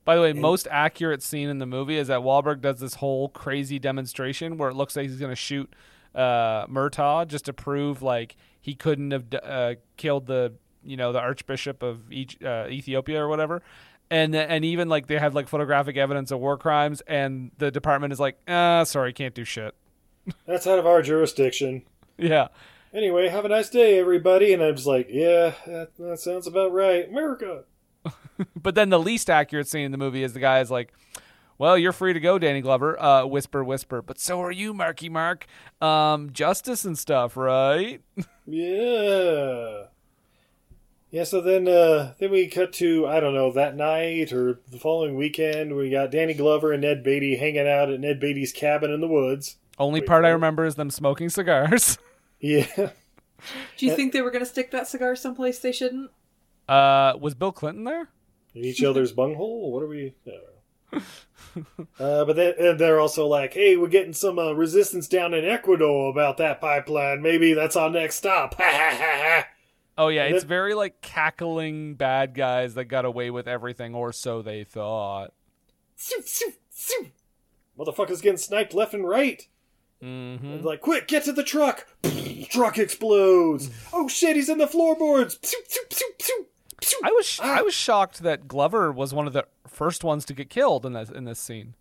By the way, most accurate scene in the movie is that Wahlberg does this whole crazy demonstration where it looks like he's going to shoot uh, Murtaugh just to prove like he couldn't have d- uh, killed the you know the Archbishop of Egy- uh, Ethiopia or whatever. And, and even like they have like photographic evidence of war crimes, and the department is like, uh, sorry, can't do shit. That's out of our jurisdiction. Yeah, Anyway, have a nice day, everybody. And I'm just like, yeah, that, that sounds about right. America. But then the least accurate scene in the movie is the guy is like, "Well, you're free to go, Danny Glover." Uh, whisper, whisper. But so are you, Marky Mark. Um, justice and stuff, right? Yeah. Yeah, so then uh, then we cut to, I don't know, that night or the following weekend. We got Danny Glover and Ned Beatty hanging out at Ned Beatty's cabin in the woods. Only part I remember is them smoking cigars. Yeah. Do you think they were gonna stick that cigar someplace they shouldn't? Uh, was Bill Clinton there? in each other's bunghole? What are we? I don't know. uh, but then and they're also like, "Hey, we're getting some uh, resistance down in Ecuador about that pipeline. Maybe that's our next stop." Ha ha ha ha. Oh yeah, And it's then- very like cackling bad guys that got away with everything, or so they thought. Soo, soo, soo. Motherfuckers getting sniped left and right. hmm It's like, quick, get to the truck. truck explodes. Oh shit, he's in the floorboards. Soo, soo, soo, soo. Soo. I was I was shocked that Glover was one of the first ones to get killed in this in this scene.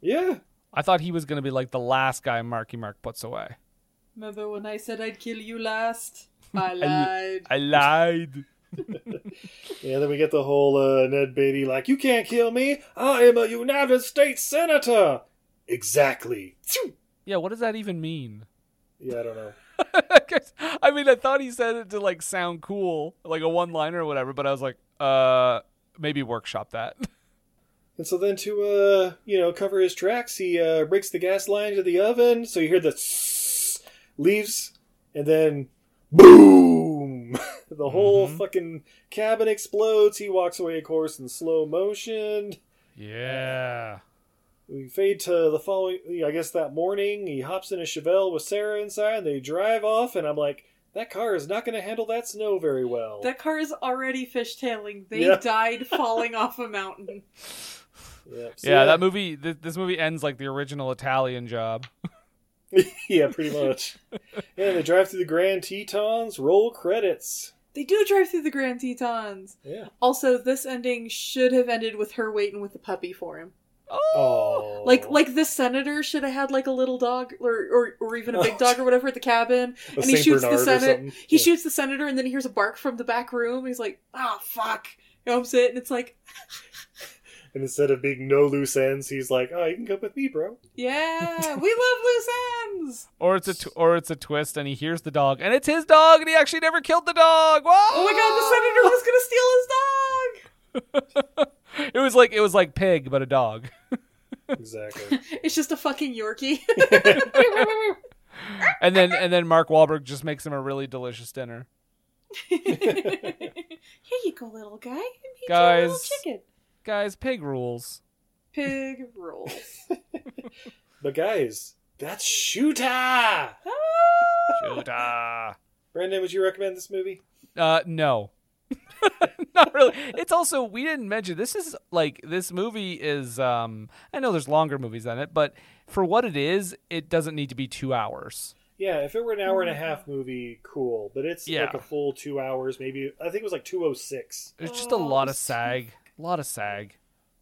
yeah. I thought he was going to be like the last guy Marky Mark puts away. Remember when I said I'd kill you last? I lied. I lied. Yeah, then we get the whole uh, Ned Beatty like, "You can't kill me. I am a United States senator." Exactly. Yeah, what does that even mean? Yeah, I don't know. 'Cause, I mean, I thought he said it to like sound cool, like a one liner or whatever, but I was like, uh, maybe workshop that. And so then to uh, you know, cover his tracks, he uh, breaks the gas line to the oven, so you hear the leaves and then boom. the whole Mm-hmm. fucking cabin explodes. He walks away of course in slow motion. yeah. We fade to the following, I guess that morning. He hops in a Chevelle with Sarah inside. They drive off, and I'm like, that car is not going to handle that snow very well. That car is already fishtailing. They Yeah. died falling off a mountain. yeah, so Yeah, that movie. Th- this movie ends like the original Italian Job. yeah, pretty much. yeah, they drive through the Grand Tetons. Roll credits. They do drive through the Grand Tetons. Yeah. Also, this ending should have ended with her waiting with the puppy for him. Oh, Like, like the senator should have had like a little dog or or, or even a big dog or whatever at the cabin, and he Saint shoots Bernard the or senator. something. He Yeah. shoots the senator, and then he hears a bark from the back room. And he's like, "Ah, fuck." Opens it, and it's like, And instead of being no loose ends, he's like, oh, you can come with me, bro. "Yeah, we love loose ends." Or it's a tw- or it's a twist, and he hears the dog, and it's his dog, and he actually never killed the dog. Whoa! Oh my god, the senator was gonna steal his dog! It was like it was like pig, but a dog. Exactly. It's just a fucking Yorkie. And then and then Mark Wahlberg just makes him a really delicious dinner. Here you go, little guy. And he killed a little Guys. chicken. Guys, pig rules. Pig rolls. but guys, that's Shooter! Ah. Shooter. Brandon, would you recommend this movie? Uh, no. Not really. It's also we didn't mention this is like this movie is um I know there's longer movies than it, but for what it is, it doesn't need to be two hours. Yeah, if it were an hour and a half movie, cool. But it's Mm-hmm. Yeah. like a full two hours, maybe. I think it was like 206. There's just a lot of sag. A lot of sag.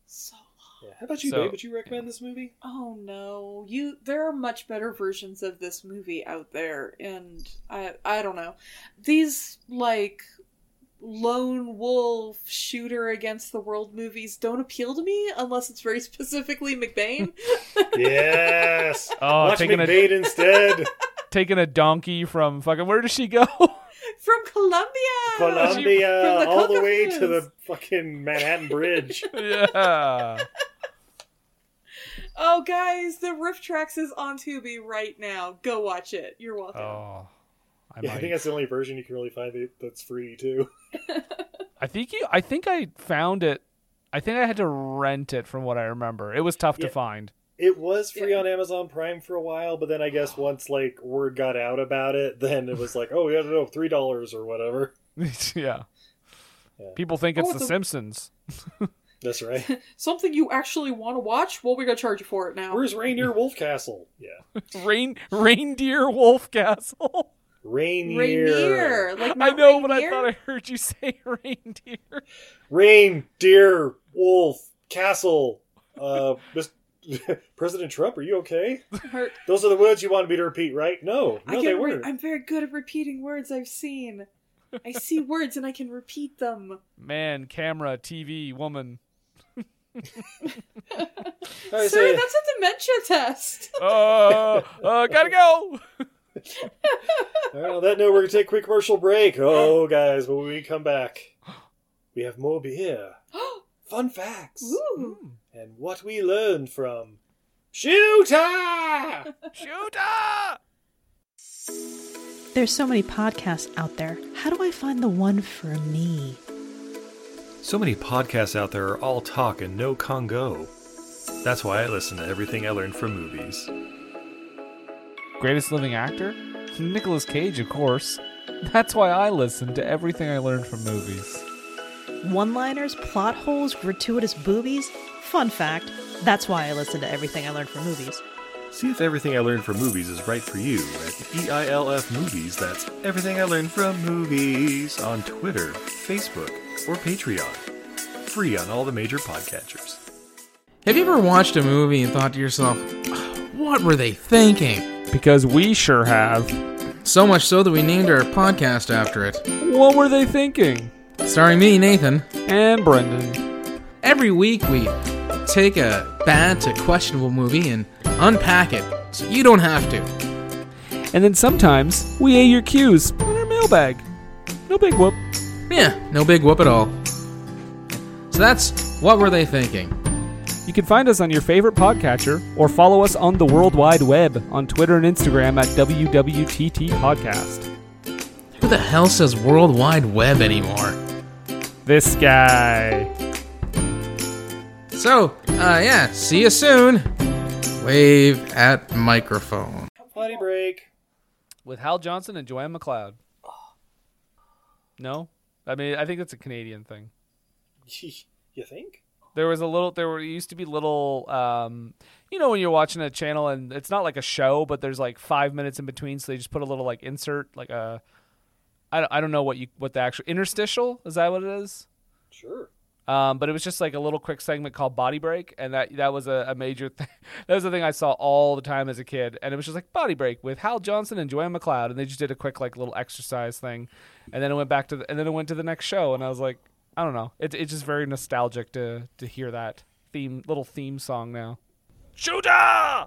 so long. Yeah. How about you, So- Dave? Would you recommend this movie? Oh no. You there are much better versions of this movie out there, and I I don't know. These like lone wolf shooter against the world movies don't appeal to me unless it's very specifically McBain. Yes. Oh, Watch taking a- McBain instead. Taking a donkey from fucking where does she go? From Colombia. Columbia, From the all the way to Caucasus. the fucking Manhattan Bridge. yeah. Oh, guys, the Riff Tracks is on Tubi right now. Go watch it. You're welcome. Oh. I Yeah, I might. think that's the only version you can really find that- that's free too. I think you I think I found it. I think I had to rent it from what I remember. It was tough Yeah. to find. It was free Yeah. on Amazon Prime for a while, but then I guess once like word got out about it, then it was like, oh, yeah, no, three dollars or whatever. yeah. Yeah. People think it's Oh, The the- Simpsons. That's right. Something you actually want to watch? Well, we're going to charge you for it now. Where's Reindeer Wolf Castle? Yeah, Rain reindeer wolf castle. Rainier. Rainier. Like, I Mount know, but I Rainier? thought I heard you say reindeer. Reindeer Wolf Castle. Uh, Mr. President Trump, are you okay? Or- Those are the words you wanted me to repeat, right? No, I no, can they re- weren't. I'm very good at repeating words I've seen. I see words and I can repeat them. Man, camera, TV, woman. All right, Sir, so- that's a dementia test. Uh, uh, gotta go. All right, on that note, we're going to take a quick commercial break. Oh, guys, when we come back, we have more beer, fun facts, Ooh. and what we learned from Shooter! Shooter. There's so many podcasts out there. How do I find the one for me? So many podcasts out there are all talk and no Congo. That's why I listen to everything I learned from movies. Greatest living actor? Nicolas Cage, of course. That's why I listen to everything I learned from movies. One liners, plot holes, gratuitous boobies? Fun fact that's why I listen to everything I learned from movies. See if everything I learned from movies is right for you at EILF Movies. That's everything I learned from movies on Twitter, Facebook, or Patreon. Free on all the major podcatchers. Have you ever watched a movie and thought to yourself, what were they thinking? Because we sure have. So much so that we named our podcast after it. What were they thinking? Starring me, Nathan. And Brendan. Every week we take a bad to questionable movie and unpack it so you don't have to. And then sometimes we A your cues in our mailbag. No big whoop. Yeah, no big whoop at all. So that's What Were They Thinking? You can find us on your favorite podcatcher or follow us on the World Wide Web on Twitter and Instagram at WWTT Podcast. Who the hell says World Wide Web anymore? This guy. So, uh, yeah, see you soon. Wave at microphone. Potty break. With Hal Johnson and Joanne McLeod. No? I mean, I think that's a Canadian thing. You think? There was a little. There were used to be little. Um, you know when you're watching a channel and it's not like a show, but there's like five minutes in between, so they just put a little like insert, like a. I don't, I don't know what you what the actual interstitial is that what it is. Sure. Um, but it was just like a little quick segment called Body Break, and that that was a, a major thing. that was the thing I saw all the time as a kid, and it was just like Body Break with Hal Johnson and Joanne McLeod, and they just did a quick like little exercise thing, and then it went back to the, and then it went to the next show, and I was like, I don't know, it, it's just very nostalgic to to hear that theme little theme song now. Judah.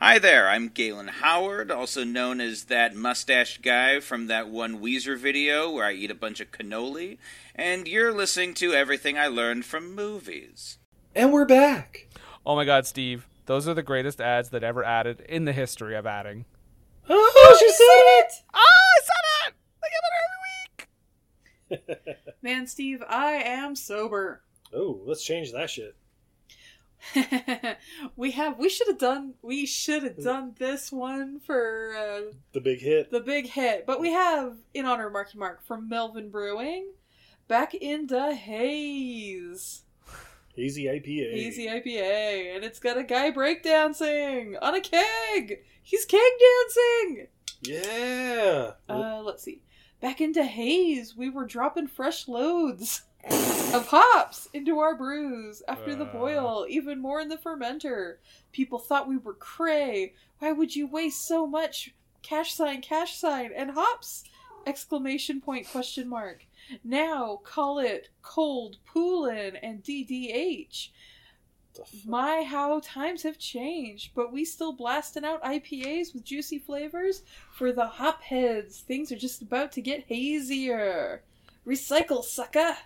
Hi there, I'm Galen Howard, also known as that mustached guy from that one Weezer video where I eat a bunch of cannoli, and you're listening to Everything I Learned from Movies. And we're back. Oh my God, Steve, those are the greatest ads that ever added in the history of adding. Oh, she said it! Oh, I said it! I give it every week. Man, Steve, I am sober. Oh, let's change that shit. we have we should have done we should have done this one for uh, Hmm. The big hit. the big hit but we have in honor of marky mark from melvin brewing back in the haze Easy IPA. easy ipa and it's got a guy breakdancing on a keg he's keg dancing Yeah. uh let's see back into haze we were dropping fresh loads of hops into our brews after the Uh. boil even more in the fermenter people thought we were cray why would you waste so much cash sign cash sign and hops exclamation point question mark now call it cold poolin and ddh my how times have changed but we still blasting out ipas with juicy flavors for the hop heads things are just about to get hazier recycle sucker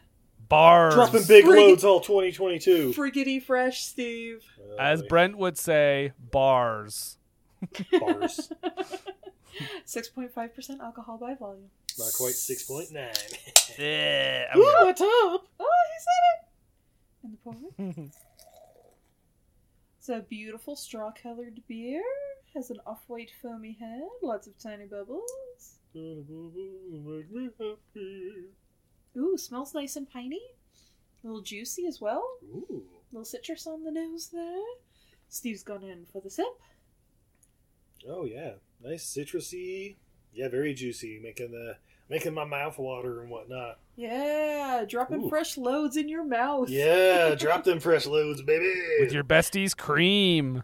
Bars. Dropping big loads all 2022. friggity fresh steve As Brent would say, bars. Bars. 6.5% alcohol by volume Not quite 6.9. yeah. Ooh, a top! Oh, he said it! And the poem. it's a beautiful straw colored beer. Has an off white foamy head, lots of tiny bubbles. Ooh, smells nice and piney. A little juicy as well. Ooh. little citrus on the nose there. Steve's gone in for the sip. Oh yeah, nice citrusy Yeah, very juicy, making the making my mouth water and whatnot. Yeah, dropping Ooh. fresh loads in your mouth. Yeah, drop them fresh loads, baby. With your besties, cream.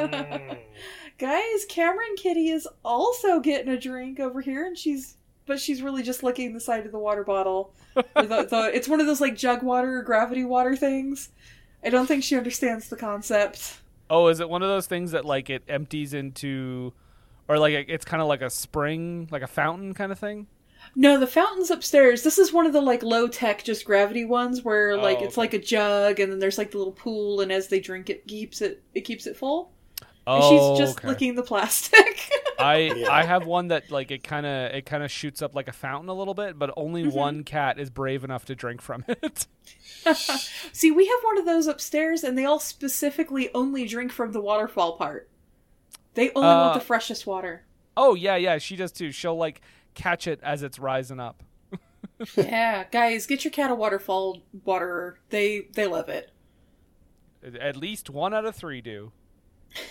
Guys, Cameron Kitty is also getting a drink over here, and she's but she's really just licking the side of the water bottle. Or the- the- it's one of those like jug water or gravity water things. I don't think she understands the concept. Oh, is it one of those things that like it empties into, or like it- it's kind of like a spring, like a fountain kind of thing? No, the fountain's upstairs. This is one of the like low tech, just gravity ones where like Oh, it's like a jug, and then there's like the little pool, and as they drink it, keeps it it keeps it full. Oh, and she's just okay. licking the plastic. I I have one that like it kind of it kind of shoots up like a fountain a little bit, but only Mhm. one cat is brave enough to drink from it. See, we have one of those upstairs, and they all specifically only drink from the waterfall part. They only want Uh, the freshest water. oh yeah, yeah, she does too. She'll like catch it as it's rising up. yeah, guys, get your cat a waterfall waterer. They they love it. At least one out of three do.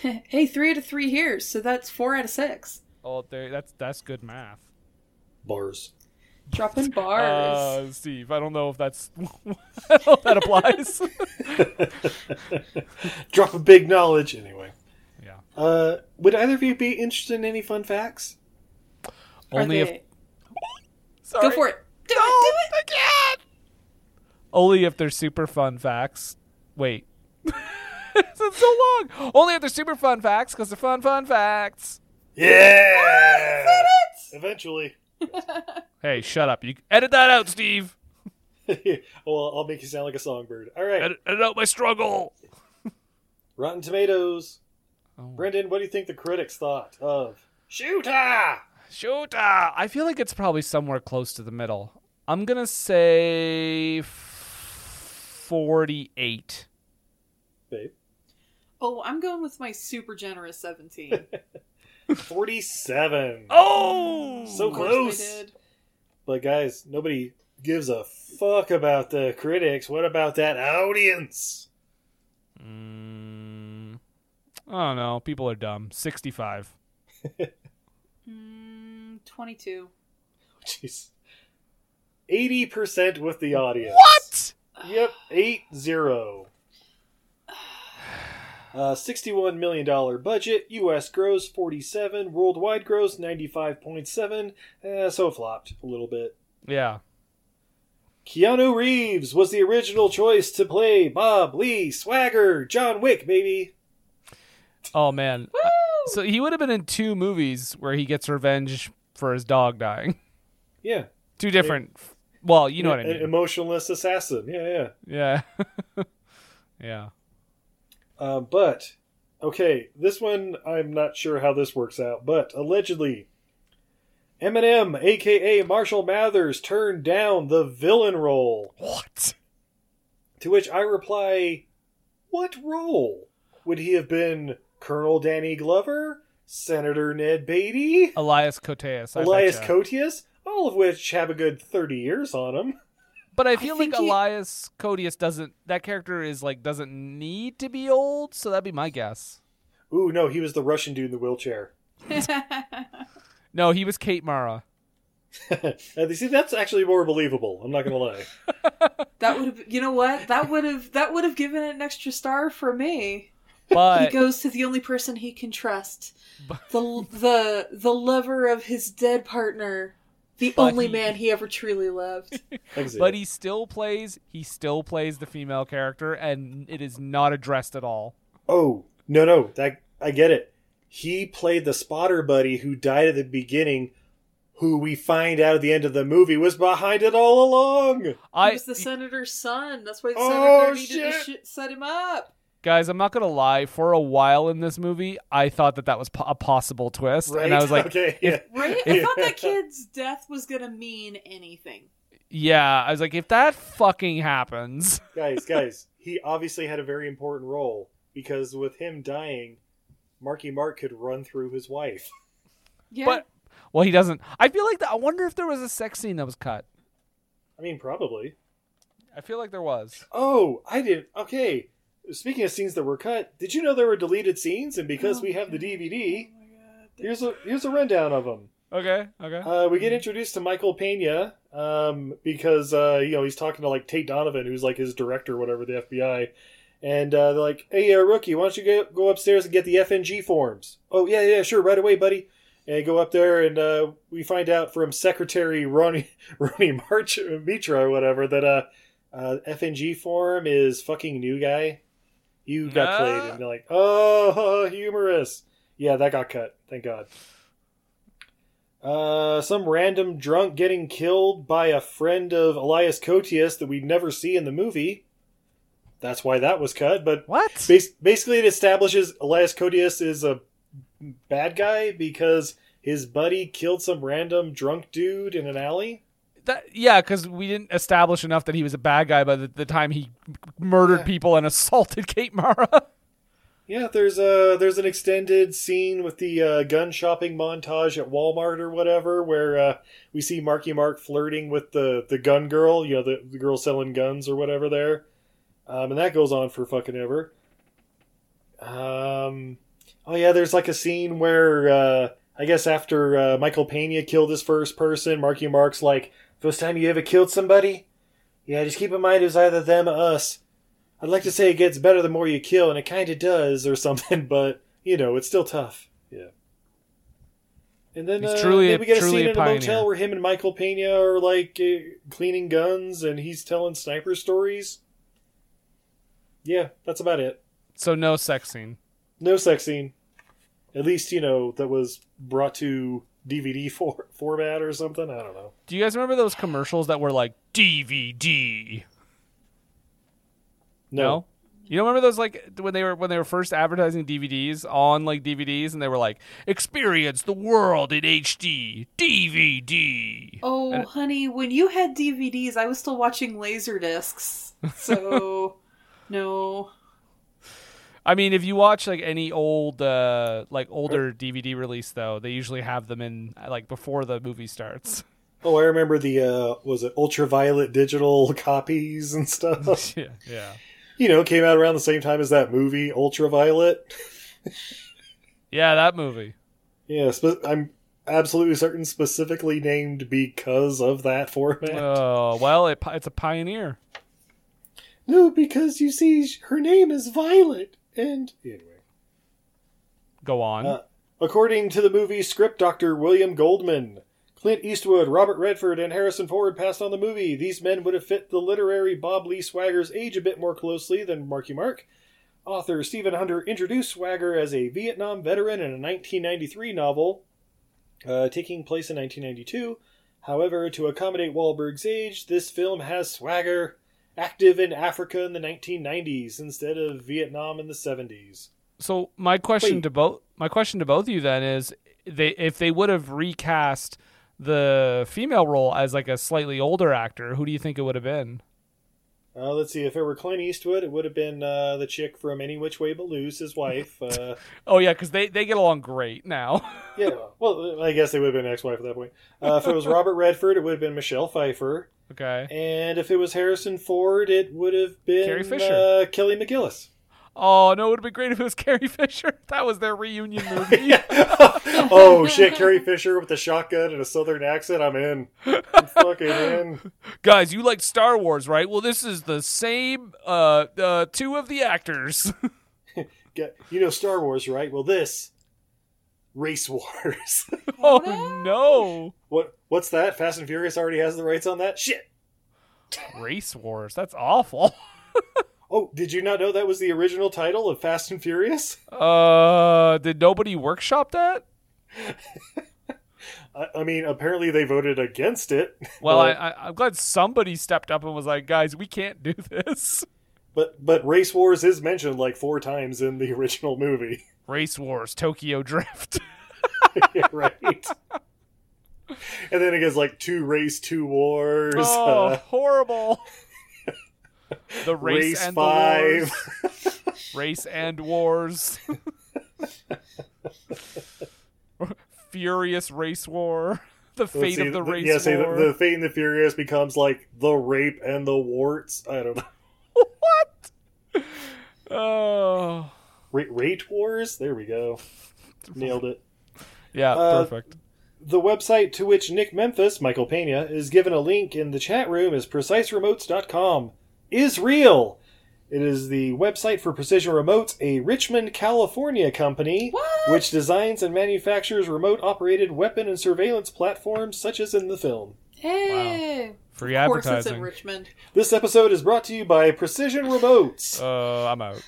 hey, three out of three here, so that's four out of six. Oh, there, that's that's good math. Bars. Dropping bars. Uh, Steve, I don't know if that's I don't know if that applies. Drop a big knowledge anyway. Yeah. Uh, would either of you be interested in any fun facts? Are Only if- they- Go for it. Do it. Do it. Only if they're super fun facts. Wait. it's been so long. Only if they're super fun facts, because they're fun fun facts. Yeah. Eventually. Hey, shut up. You edit that out, Steve. well, I'll make you sound like a songbird. All right. Edit, edit out my struggle. Rotten Tomatoes. Oh. Brendan, what do you think the critics thought of Shooter? Shooter. ah. I feel like it's probably somewhere close to the middle. I'm gonna say f- forty-eight. Babe. Oh, I'm going with my super generous seventeen. 47. Oh! So Of course close. they did. But guys, nobody gives a fuck about the critics. What about that audience? Mm, I don't know. People are dumb. Sixty-five. Mm, Twenty-two. Jeez. 80% with the audience. What? Yep, 8-0. Uh, $61 million budget, US gross 47, worldwide gross 95.7, eh, so it flopped a little bit. Yeah. Keanu Reeves was the original choice to play Bob Lee Swagger, John Wick, baby. Oh man. Uh, So he would have been in two movies where he gets revenge for his dog dying. Yeah. Two different. well, you know Yeah, what I mean. an Emotionless assassin. Yeah, yeah. yeah. yeah. Uh, but okay, this one I'm not sure how this works out, but allegedly, Eminem, aka Marshall Mathers, turned down the villain role. What? To which I reply, what role would he have been? Colonel Danny Glover, Senator Ned Beatty, Elias Coteus. I Elias betcha. Cotius, all of which have a good thirty years on him. But I feel like think he- Elias Coteus doesn't. That character is like doesn't need to be old. So that'd be my guess. Ooh, no, he was the Russian dude in the wheelchair. No, he was Kate Mara. Uh, see, that's actually more believable. I'm not gonna lie. That would have. You know what? That would have. That would have given it an extra star for me. But he goes to the only person he can trust, the the the lover of his dead partner, the But only he- man he ever truly loved. but he still plays. He still plays the female character, and it is not addressed at all. Oh no, no, that I get it. He played the spotter buddy who died at the beginning, who we find out at the end of the movie was behind it all along. he I was the senator's son. That's why the Oh, senator needed to shit. sh- set him up. Guys, I'm not gonna lie. For a while in this movie, I thought that that was po- a possible twist, and I Right? was like, Okay, if- Right? I if- thought that kid's death was gonna mean anything. yeah, I was like, if that fucking happens, guys, guys, he obviously had a very important role because with him dying, Marky Mark could run through his wife. Yeah. but well, he doesn't. I feel like that. I wonder if there was a sex scene that was cut. I mean, probably. I feel like there was. Oh, I didn't. Okay. Speaking of scenes that were cut, did you know there were deleted scenes? And because we have the DVD, here's a here's a rundown of them. Okay. Okay. Uh, we get introduced to Michael Pena um, because uh, you know he's talking to like Tate Donovan, who's like his director, or whatever at the FBI, and uh, they're like, "Hey, uh, rookie, why don't you go, go upstairs and get the FNG forms?" "Oh yeah, yeah, sure, right away, buddy." And they go up there, and uh, we find out from Secretary Ronnie Ronnie March Mitra or whatever that uh, uh, FNG form is fucking new guy. You got Nah. played, and they're like, "Oh, humorous." Yeah, that got cut. Thank God. Uh, some random drunk getting killed by a friend of Elias Koteas that we never see in the movie. That's why that was cut. But what? basically, it establishes Elias Koteas is a bad guy because his buddy killed some random drunk dude in an alley. That, yeah, because we didn't establish enough that he was a bad guy by the, the time he murdered people and assaulted Kate Mara. Yeah, there's a there's an extended scene with the uh, gun shopping montage at Walmart or whatever, where uh, we see Marky Mark flirting with the the gun girl, you know, the, the girl selling guns or whatever there, um, and that goes on for fucking ever. Um, oh yeah, there's like a scene where uh, I guess after uh, Michael Pena killed his first person, Marky Mark's like, first time you ever killed somebody? Yeah, just keep in mind it was either them or us. I'd like to say it gets better the more you kill, and it kind of does, or something, but you know, it's still tough. Yeah. And then, He's uh, truly then a- we get a truly scene a in a motel pioneer. where him and Michael Pena are like uh, cleaning guns, and he's telling sniper stories. Yeah, that's about it. So no sex scene. No sex scene. At least you know that was brought to DVD for- format or something. I don't know. Do you guys remember those commercials that were like DVD? No. You don't remember those like when they were when they were first advertising DVDs on like DVDs and they were like experience the world in HD DVD. Oh, And- honey, when you had DVDs, I was still watching laser discs. So, no. I mean, if you watch like any old uh like older DVD release though, they usually have them in like before the movie starts. Oh, I remember the uh, was it ultraviolet digital copies and stuff. yeah, yeah. You know, came out around the same time as that movie Ultraviolet. Yeah, that movie. Yeah, spe- I'm absolutely certain specifically named because of that format. Oh, well, it, pi- it's a pioneer. no, because you see, sh- her name is Violet, and anyway. Go on. Uh, according to the movie script doctor William Goldman, Clint Eastwood, Robert Redford, and Harrison Ford passed on the movie. These men would have fit the literary Bob Lee Swagger's age a bit more closely than Marky Mark. Author Stephen Hunter introduced Swagger as a Vietnam veteran in a 1993 novel uh, taking place in 1992. However, to accommodate Wahlberg's age, this film has Swagger active in Africa in the 1990s instead of Vietnam in the 70s. So my question Wait. to both my question to both of you then is they if they would have recast the female role as like a slightly older actor, who do you think it would have been? Uh, let's see. If it were Clint Eastwood, it would have been uh, the chick from Any Which Way But Loose, his wife. Uh, Oh yeah, because they they get along great now. yeah. Well, I guess they would have been ex-wife at that point. Uh, if it was Robert Redford, it would have been Michelle Pfeiffer. okay. And if it was Harrison Ford, it would have been Carrie Fisher. Uh, Kelly McGillis. Oh no, it would have been great if it was Carrie Fisher. That was their reunion movie. Oh shit, Carrie Fisher with a shotgun and a southern accent. I'm in. I'm fucking in. Guys, you like Star Wars, right? Well, this is the same uh, uh two of the actors. Get- you know Star Wars, right? Well, this race wars. oh no. what? What's that? Fast and Furious already has the rights on that. Shit. Race Wars. That's awful. Oh, did you not know that was the original title of Fast and Furious? Uh did nobody workshop that? I, I mean, apparently they voted against it. Well, I, but, I, I'm glad somebody stepped up and was like, guys, we can't do this. but but race wars is mentioned like four times in the original movie. Race Wars, Tokyo Drift. Yeah, right. and then it gets like two race, two wars. oh, uh, horrible. The race, Race and five. the wars. race and wars. Furious race war. The let's fate see, of the race Yeah, see, war. the, the Fate and the Furious becomes like the rape and the warts. I don't know. oh. Ra- rate wars. There we go. Nailed it. Yeah, Uh, perfect. The website to which Nick Memphis, Michael Pena, is given a link in the chat room is preciseremotes.com. Is real! It is the website for Precision Remotes, a Richmond, California company which designs and manufactures remote operated weapon and surveillance platforms such as in the film. Hey! Free Of course it's in advertising. Richmond. This episode is brought to you by Precision Remotes. Uh, I'm out.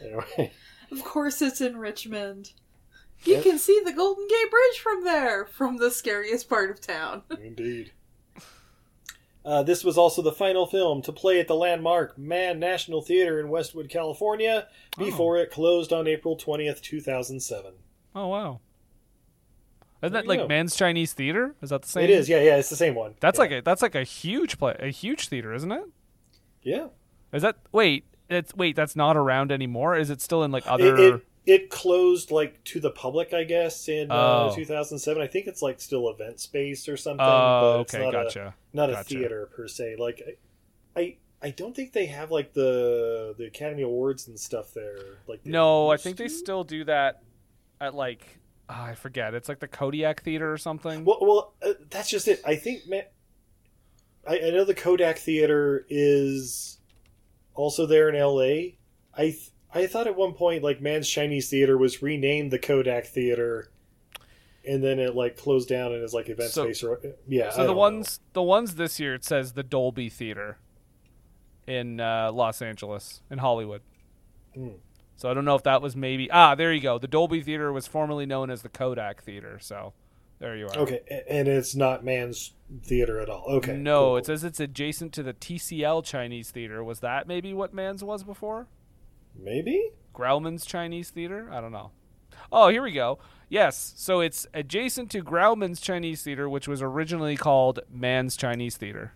Anyway. Of course it's in Richmond. You can see the Golden Gate Bridge from there, from the scariest part of town. Indeed. Uh, this was also the final film to play at the landmark Mann National Theater in Westwood, California, before it closed on April 20th, 2007. Oh wow. Isn't There that you like go. Man's Chinese Theater? Is that the same? It is, yeah, yeah, it's the same one. That's like a that's like a huge play, a huge theater, isn't it? Yeah. Is that wait? It's wait. That's not around anymore. Is it still in like other? It, it, it closed like to the public, I guess, in uh, Oh. 2007. I think it's like still event space or something. Oh, but it's okay, not gotcha, A, not a gotcha. theater per se. Like, I, I I don't think they have like the the Academy Awards and stuff there. Like, they no, I used think to. they still do that at like ah, I forget. It's like the Kodiak Theater or something. Well, well uh, that's just it. I think, man, I, I know the Kodak Theater is also there in L.A. I th- I thought at one point like Man's Chinese Theater was renamed the Kodak Theater, and then it like closed down and is like event So- space or yeah. I So the don't ones the ones this year it says the Dolby Theater in uh, Los Angeles in Hollywood. Hmm. So I don't know if that was maybe ah there you go. The Dolby Theater was formerly known as the Kodak Theater. So there you are. know. okay, a- and it's not Man's Theater at all. Okay, No, cool. it says it's adjacent to the TCL Chinese Theater. Was that maybe what Man's was before? maybe Grauman's Chinese Theater? I don't know. Oh, here we go. Yes, so it's adjacent to Grauman's Chinese Theater, which was originally called Man's Chinese Theater.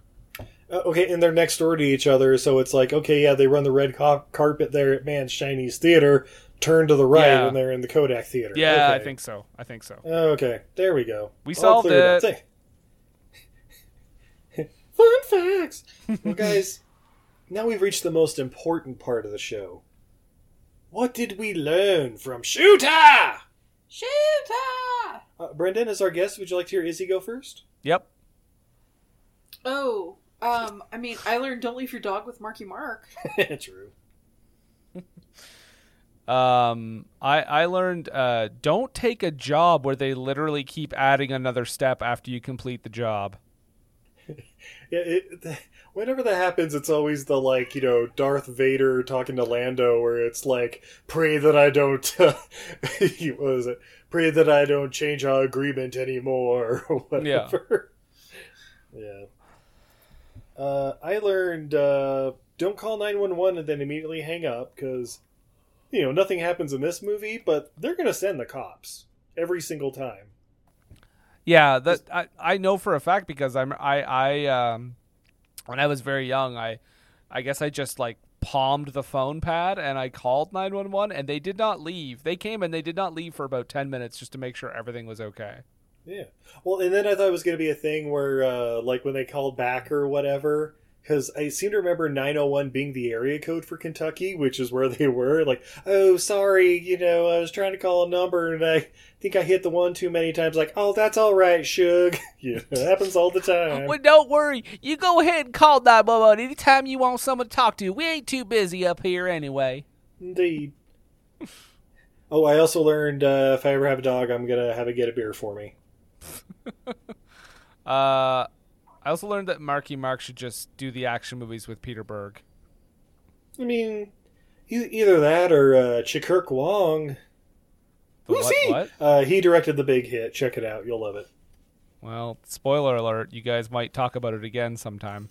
Uh, okay, and they're next door to each other, so it's like okay, yeah, they run the red ca- carpet there at Man's Chinese Theater. Turn to the right, Yeah. and they're in the Kodak Theater. Yeah, I Okay. think so. I think so. Okay, there we go. We All solved cleared up. it. Fun facts. well, guys, now we've reached the most important part of the show. What did we learn from Shooter? Shooter! Uh, Brendan, as our guest, would you like to hear Izzy go first? Yep. Oh, um, I mean, I learned don't leave your dog with Marky Mark. True. Um, I I learned uh, don't take a job where they literally keep adding another step after you complete the job. Yeah, it, whenever that happens, it's always the like you know Darth Vader talking to Lando, where it's like, "Pray that I don't." Uh, what was it? Pray that I don't change our agreement anymore, or whatever. Yeah. Uh, I learned uh, don't call nine one one and then immediately hang up because you know nothing happens in this movie, but they're gonna send the cops every single time. Yeah, that I, I know for a fact because I'm I I um when I was very young, I I guess I just like palmed the phone pad and I called 911 and they did not leave. They came and they did not leave for about 10 minutes just to make sure everything was okay. Yeah. Well, and then I thought it was going to be a thing where, uh, like, when they called back or whatever, because I seem to remember 901 being the area code for Kentucky, which is where they were. Like, oh, sorry, you know, I was trying to call a number and I think I hit the one too many times. Like, oh, that's all right, Suge. you know, it happens all the time. Well, don't worry. You go ahead and call 911 anytime you want someone to talk to. We ain't too busy up here anyway. Indeed. Oh, I also learned uh, if I ever have a dog, I'm going to have it get a beer for me. Uh I also learned that Marky Mark should just do the action movies with Peter Berg. I mean, e- either that or uh, Chikirk Wong. The what- what? Uh, he directed the big hit. Check it out; you'll love it. Well, spoiler alert, you guys might talk about it again sometime.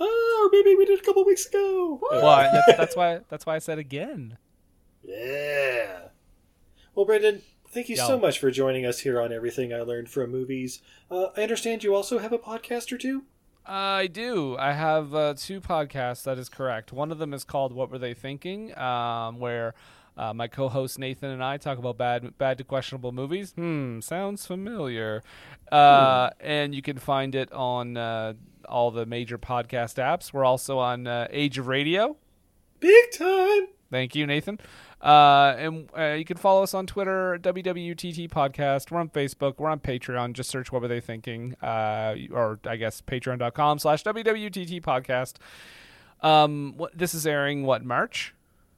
Oh, maybe we did a couple weeks ago. Well, I- that's, that's why that's why I said again. Yeah. Well, Brendan, thank you so Yo. much for joining us here on Everything I Learned from Movies. Uh, I understand you also have a podcast or two. I do. I have uh, two podcasts. That is correct. One of them is called "What Were They Thinking," um, where uh, my co-host Nathan and I talk about bad, bad to questionable movies. Hmm, sounds familiar. Uh, and you can find it on uh, all the major podcast apps. We're also on uh, Age of Radio. Big time. Thank you, Nathan. Uh, and uh, you can follow us on Twitter, WWTT Podcast. We're on Facebook. We're on Patreon. Just search What Were They Thinking? Uh, or I guess patreon.com slash WWTT Podcast. Um, what, this is airing, what, March?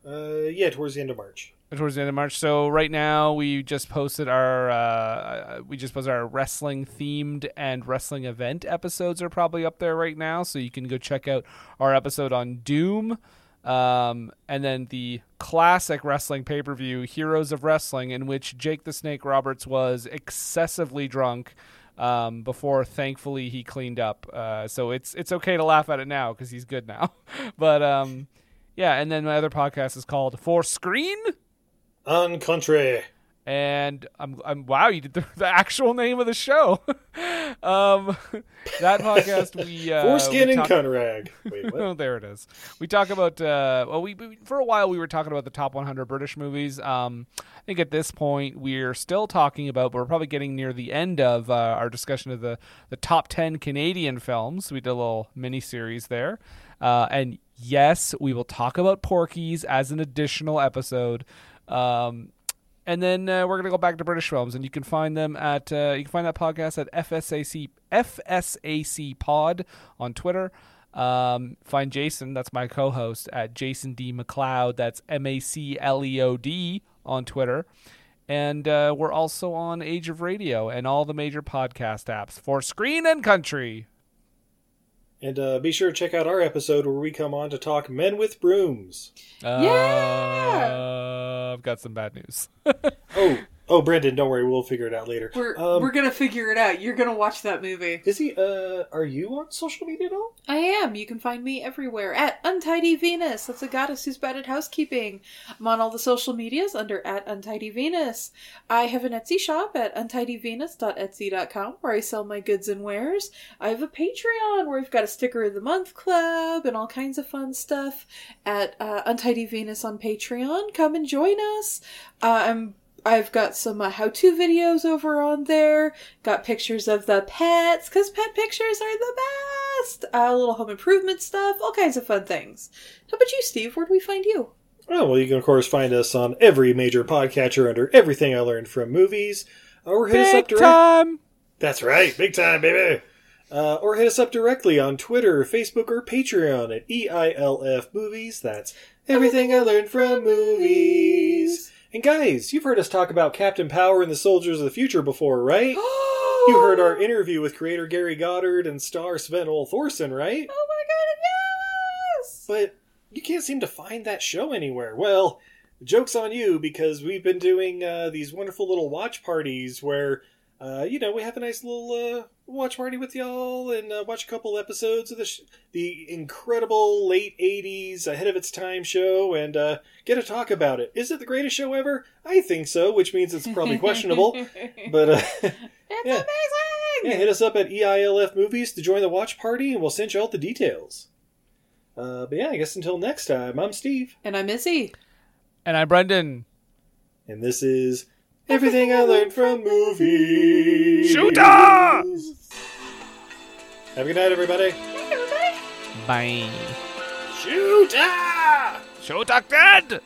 Uh, yeah, towards the end of March. towards the end of March. So right now we just posted our uh, we just posted our wrestling themed and wrestling event episodes are probably up there right now. So you can go check out our episode on Doom, um, and then the classic wrestling pay per view Heroes of Wrestling, in which Jake the Snake Roberts was excessively drunk. Um, before thankfully he cleaned up, uh, so it's it's okay to laugh at it now because he's good now. but um, yeah, and then my other podcast is called For Screen, on country. and I'm, I'm wow, you did the, the actual name of the show. um, that podcast we uh, Foreskin we and talk- Conrad. Wait, what? oh, there it is. We talk about uh, well, we, we for a while we were talking about the top 100 British movies. Um, I think at this point we're still talking about, but we're probably getting near the end of uh, our discussion of the the top 10 Canadian films. We did a little mini series there, uh, and yes, we will talk about Porky's as an additional episode. Um, and then uh, we're going to go back to British films, and you can find them at uh, you can find that podcast at FSAC FSAC Pod on Twitter. Um, find Jason, that's my co-host at Jason D McLeod. That's M A C L E O D on Twitter, and uh, we're also on Age of Radio and all the major podcast apps for Screen and Country. And uh, be sure to check out our episode where we come on to talk men with brooms. yeah, Uh, I've got some bad news. oh, oh, Brendan, don't worry, we'll figure it out later. We're Um, we're gonna figure it out. You're gonna watch that movie. Is he? Uh, are you on social media at all? I am. You can find me everywhere at Untidy Venus. That's a goddess who's bad at housekeeping. I'm on all the social medias under at Untidy Venus. I have an Etsy shop at untidyvenus.etsy.com where I sell my goods and wares. I have a Patreon where I've got a sticker of the month club and all kinds of fun stuff at uh, Untidy Venus on Patreon. Come and join us. Uh, I'm I've got some uh, how-to videos over on there. Got pictures of the pets because pet pictures are the best. Uh, little home improvement stuff, all kinds of fun things. How about you, Steve? Where do we find you? Oh, well, you can, of course, find us on every major podcatcher under Everything I Learned from Movies, uh, or hit us up direct. That's right, big time, baby. Uh, or hit us up directly on Twitter, Facebook, or Patreon at E EILF Movies. That's Everything I Learned from Movies. And guys, you've heard us talk about Captain Power and the Soldiers of the Future before, right? you heard our interview with creator Gary Goddard and star Sven Ole Thorson, right? Oh my god, yes! But you can't seem to find that show anywhere. Well, joke's on you because we've been doing uh, these wonderful little watch parties where, uh, you know, we have a nice little uh, watch party with y'all and uh, watch a couple episodes of the, sh- the incredible late 80s ahead of its time show and uh, get to talk about it. Is it the greatest show ever? I think so, which means it's probably questionable. but uh, It's Yeah. amazing! yeah, hit us up at E EILF Movies to join the watch party and we'll send you all the details. Uh, but yeah, I guess until next time, I'm Steve. And I'm Izzy. And I'm Brendan. And this is Everything I Learned from Movies. Shooters! Have a good night, everybody. Bye. Shooter! Show Doc Dead!